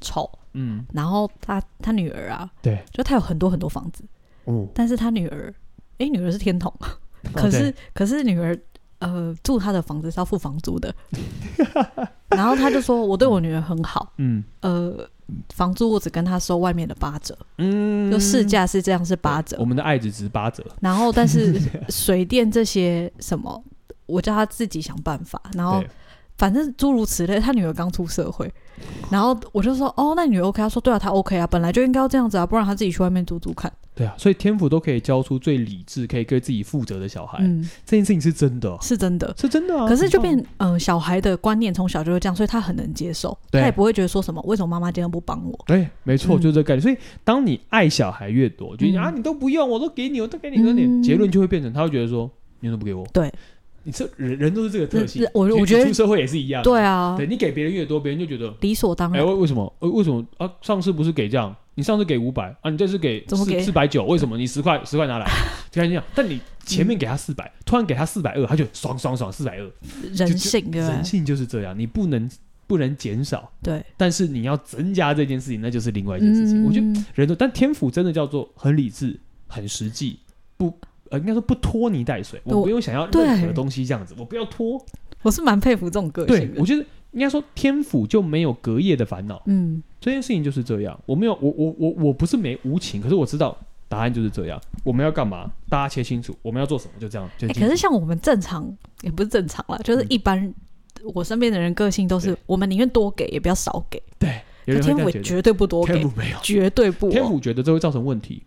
A: 丑，
B: 嗯，
A: 然后他他女儿啊，
B: 对，
A: 就他有很多很多房子，
B: 哦，
A: 但是他女儿，哎、女儿是天童， (laughs) 可
B: 哦
A: 是、
B: 对
A: 可是女儿呃住他的房子是要付房租的， (laughs) 然后他就说我对我女儿很好，
B: 嗯
A: 呃，房租我只跟她收外面的八折，
B: 嗯，哦
A: 就市价是这样是八折
B: 我，们的爱只值八折，
A: 然后但
B: (laughs)
A: 是水电这些什么，我叫他自己想办法，然后
B: 对
A: 反正诸如此类。他女儿刚出社会，然后我就说哦，那你女儿 OK？他说对啊，她 OK 啊，本来就应该要这样子啊，不然她自己去外面租租看。
B: 对啊，所以天府都可以教出最理智、可以对自己负责的小孩，
A: 嗯，
B: 这件事情是真的，啊
A: 是真的。
B: 是真的啊。
A: 可是就变
B: 很棒
A: 嗯、呃小孩的观念从小就会这样，所以他很能接受，他
B: 对
A: 也不会觉得说什么为什么妈妈今天不帮我。
B: 对，没错，
A: 嗯
B: 就是这个概念。所以，当你爱小孩越多，就、
A: 嗯
B: 啊，你都不用，我都给你，我都给你，我都给你，
A: 嗯
B: 结论就会变成他会觉得说，你怎么不给我？
A: 对，
B: 你这人人都是这个特性
A: 这。这我
B: 其实
A: 我觉得
B: 出社会也是一样。
A: 对，啊，嗯
B: 呃对你给别人越多，别人就觉得，
A: 理所当
B: 哎、
A: 然。
B: 为为什么？呃为什么啊？上次不是给这样？你上次给五百啊，你这次给
A: 怎么给
B: 四四百九？为什么？你十块十块拿来，就看这样。但你前面给他四百、突然给他四百二，他就爽爽爽四百二。
A: 人性对不对
B: 人？性就是这样，你不能不能减少，
A: 对，
B: 但是你要增加这件事情，那就是另外一件事情。我觉得
A: 嗯
B: 人都，但天府真的叫做很理智、很实际，不呃，应该说不拖泥带水。
A: 我
B: 我不用想要
A: 对
B: 任何东西这样子，我不要拖。
A: 我是蛮佩服这种个
B: 对
A: 性，的
B: 我。觉得应该说天府就没有隔夜的烦恼，
A: 嗯，
B: 这件事情就是这样。我没有，我我我我不是没无情，可是我知道答案就是这样。我们要干嘛？大家切清楚，我们要做什么，就这样。就
A: 欸
B: 清楚、
A: 可是像我们正常也不是正常啦，就是
B: 嗯
A: 一般我身边的人个性都是
B: 对，
A: 我们宁愿多给也不要少给。
B: 对，有
A: 可
B: 人会
A: 天府
B: 这样觉
A: 绝对不多
B: 得，天
A: 给
B: 府，没有。
A: 绝对不哦。
B: 天府觉得这会造成问题。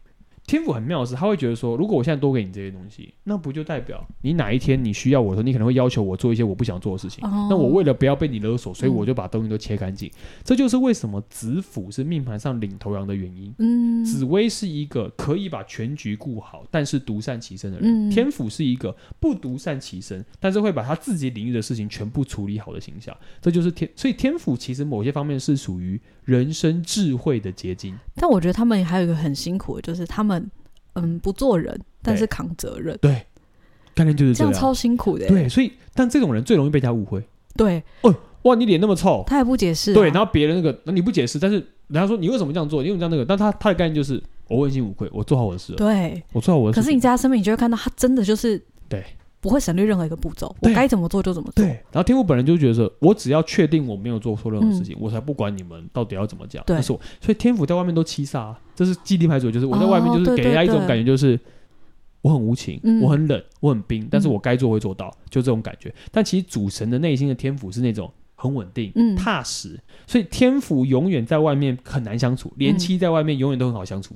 B: 天府很妙的是，他会觉得说，如果我现在多给你这些东西，那不就代表你哪一天你需要我的时候，你可能会要求我做一些我不想做的事情。
A: 哦
B: 那我为了不要被你勒索，所以
A: 嗯
B: 我就把东西都切干净。这就是为什么子府是命盘上领头羊的原因。
A: 嗯
B: 紫薇是一个可以把全局顾好，但是独善其身的人；
A: 嗯
B: 天府是一个不独善其身，但是会把他自己领域的事情全部处理好的形象。这就是天，所以天府其实某些方面是属于人生智慧的结晶。
A: 但我觉得他们还有一个很辛苦的，就是他们嗯不做人，但是扛责任，
B: 对，概念就是
A: 这样超辛苦的欸。
B: 对，所以但这种人最容易被人家误会。
A: 对，
B: 哇，你脸那么臭，
A: 他也不解释啊。
B: 对，然后别人那个那你不解释，但是人家说你为什么这样做，你为什么这样那个，但他他的概念就是我问心无愧，我做好我的事了，
A: 对
B: 我做好我的事
A: 可
B: 情。
A: 是你在他身边，你就会看到他真的就是
B: 对。
A: 不会省略任何一个步骤，我
B: 对
A: 该怎么做就怎么做
B: 对。，然后天父本人就觉得说，我只要确定我没有做错任何事
A: 嗯
B: 情，我才不管你们到底要怎么讲。
A: 对
B: 但是我所以天府在外面都欺煞、啊，这是基地排除，就是我在外面就
A: 哦
B: 是
A: 对
B: 给人家一
A: 对
B: 种
A: 对
B: 感觉，就是、我很无情，
A: 嗯
B: 我很冷，我很冰，但是
A: 嗯
B: 我该做会做到，就这种感觉。但其实主神的内心的天府是那种很稳定、
A: 嗯
B: 踏实，所以天府永远在外面很难相处，连
A: 嗯
B: 妻在外面永远都很好
A: (coughs)
B: 相处，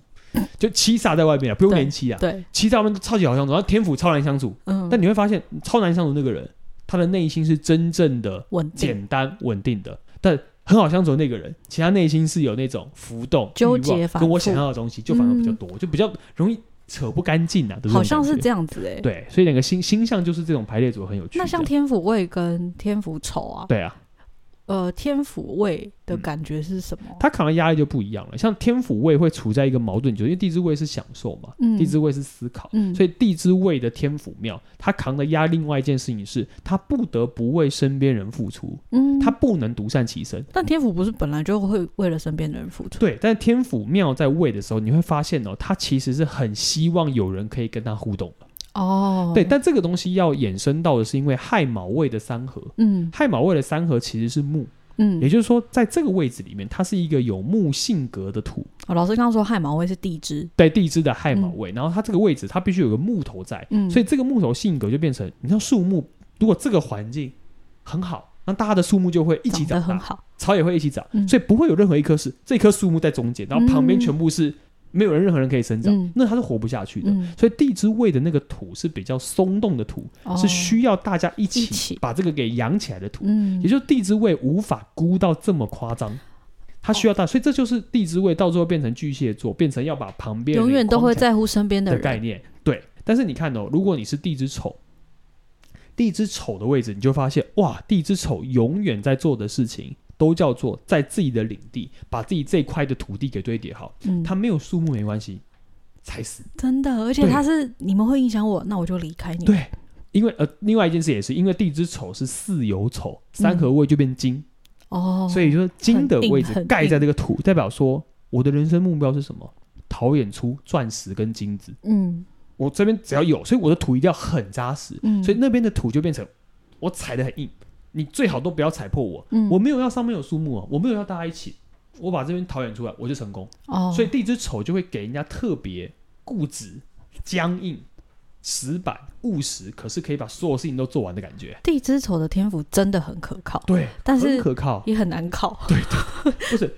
B: 就欺煞在外面啊，不用
A: 对
B: 连妻啊，
A: 对，
B: 妻在外面都超级好相处，然后天府超难相处。
A: 嗯，
B: 但你会发现，超难相处那个人，他的内心是真正的
A: 稳定、
B: 简单稳定的，但很好相处的那个人，其他内心是有那种浮动、
A: 纠
B: 欲望
A: 结反
B: 跟我
A: 复嗯
B: 想要的东西就反而比较多，就比较容易扯不干净啊。的这种
A: 好像
B: 感
A: 是
B: 觉
A: 这样子哎。
B: 对，所以两个星星象就是这种排列组合很有趣。
A: 那像
B: 这样
A: 天府位跟天府丑啊，
B: 对啊，
A: 呃，天府位的
B: 嗯
A: 感觉是什么？
B: 他扛的压力就不一样了。像天府位会处在一个矛盾，就是因为地支位是享受嘛，
A: 嗯
B: 地支位是思考，
A: 嗯
B: 所以地支位的天府庙，他扛的压另外一件事情是，他不得不为身边人付出，
A: 嗯，
B: 他不能独善其身。
A: 但天府不是本来就会为了身边的人付出？
B: 对，但天府庙在位的时候，你会发现哦，他其实是很希望有人可以跟他互动的。
A: 哦，
B: 对，，但这个东西要衍生到的是，因为亥卯位的三合，
A: 嗯
B: 亥卯位的三合其实是木，也
A: 嗯，
B: 就是说，在这个位置里面，它是一个有木性格的土，
A: 哦，老师刚刚说亥毛位是地支，
B: 对地支的亥卯位，然后它这个位置它必须有个木头在，
A: 嗯，
B: 所以这个木头性格就变成，你像树木，如果这个环境很好，那大家的树木就会一起
A: 长
B: 长
A: 得很
B: 大，
A: 好，
B: 草也会一起长，
A: 嗯
B: 所以不会有任何一棵是这棵树木在中间，然后旁
A: 嗯
B: 边全部是没有人任何人可以生长，
A: 嗯
B: 那它是活不下去的。
A: 嗯，
B: 所以地支位的那个土是比较松动的土，
A: 哦
B: 是，需要大家一
A: 一
B: 起
A: 起
B: 把这个给养起来的土，
A: 嗯，
B: 也就是地支位无法估到这么夸张。它需要大，所以这就是地支位到最后变成巨蟹座，变成要把旁边人
A: 永远都
B: 框
A: 会
B: 起来
A: 在乎身边
B: 的
A: 人
B: 概，念。对，但是你看哦，如果你是地支丑，地支丑的位置，你就发现哇，地支丑永远在做的事情都叫做在自己的领地，把自己这块的土地给堆叠好。
A: 嗯，
B: 它没有树木没关系，踩死。
A: 真的，而且
B: 对
A: 他是你们会影响我，那我就离开你，，嗯
B: 对，因为呃，另外一件事也是，因为地支丑是巳酉丑，三合位就变金，
A: 哦，
B: 所以就是金的位置
A: 很硬
B: 盖在这个土，代表说我的人生目标是什么？陶衍出钻石跟金子，
A: 嗯
B: 我这边只要有，所以我的土一定要很扎实，
A: 嗯，
B: 所以那边的土就变成我踩的很硬，你最好都不要踩破我，
A: 嗯
B: 我没有要上面有树木啊，我没有要大家一起，我把这边陶衍出来我就成功，
A: 哦，
B: 所以地支丑就会给人家特别固执、僵硬、死板、务实，可是可以把所有事情都做完的感觉，
A: 地支丑的天赋真的很可靠，
B: 对，
A: 但
B: 很
A: 是
B: 可靠，
A: 也很难考。
B: 不是，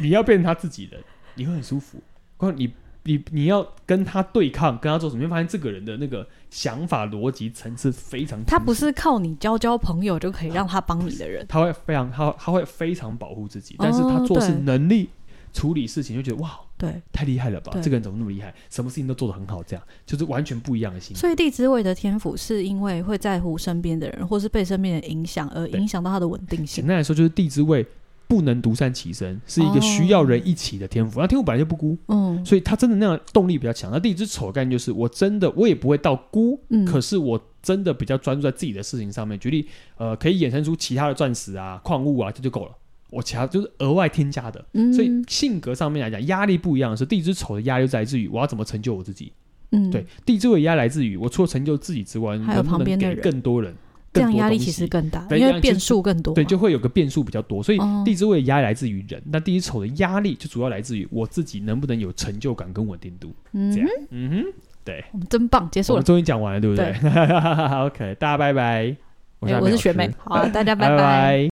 B: 你要变成他自己人，你会很舒服。关键你你你要跟他对抗，跟他做什么，你会发现这个人的那个想法逻辑层次非常清楚，
A: 他不是靠你交交朋友就可以让他帮你的人。
B: 他会非常他他会非常保护自己，但是
A: 哦
B: 他做事
A: 对
B: 能力、处理事情就觉得哇
A: 对，
B: 太厉害了吧，
A: 对
B: 这个人怎么那么厉害，什么事情都做得很好，这样就是完全不一样的心。
A: 所以地支位的天赋是因为会在乎身边的人，或是被身边人影响而
B: 对
A: 影响到他的稳定
B: 简
A: 性。
B: 单来说，就是地之位不能独善其身，是一个需要人一起的天
A: 哦
B: 赋。那天赋本来就不孤，
A: 嗯
B: 所以他真的那样动力比较强。那地支丑的概念就是，我真的我也不会到孤，
A: 嗯，
B: 可是我真的比较专注在自己的事情上面。举例，呃，可以衍生出其他的钻石啊、矿物啊，这就够了。我其他就是额外添加的。
A: 嗯
B: 所以性格上面来讲，压力不一样的是，地支丑的压力就来自于我要怎么成就我自己。
A: 嗯
B: 对，，地支位压力来自于我除了成就自己之外，
A: 还有
B: 能不
A: 旁
B: 能
A: 边的
B: 给
A: 人
B: 更多人。
A: 这
B: 更
A: 样
B: 多
A: 压力
B: 东
A: 其实
B: 西
A: 更大，
B: 对
A: 因
B: 这
A: 为
B: 样
A: 变
B: 其实
A: 数更多嘛。
B: 对，就会有个变数比较多，所以
A: 哦
B: 地支位的压力来自于人，那地支丑的压力就主要来自于我自己能不能有成就感跟稳定度。
A: 嗯
B: 这样，嗯哼。
A: 我们真棒，结
B: 我
A: 束了
B: 们。终于 (laughs) 讲完了，对不对 o k 大家拜拜。
A: 哎
B: 是阿
A: 我
B: 美
A: 是
B: 老
A: 学
B: 师
A: 妹，好啊，大家
B: 拜
A: 拜
B: 拜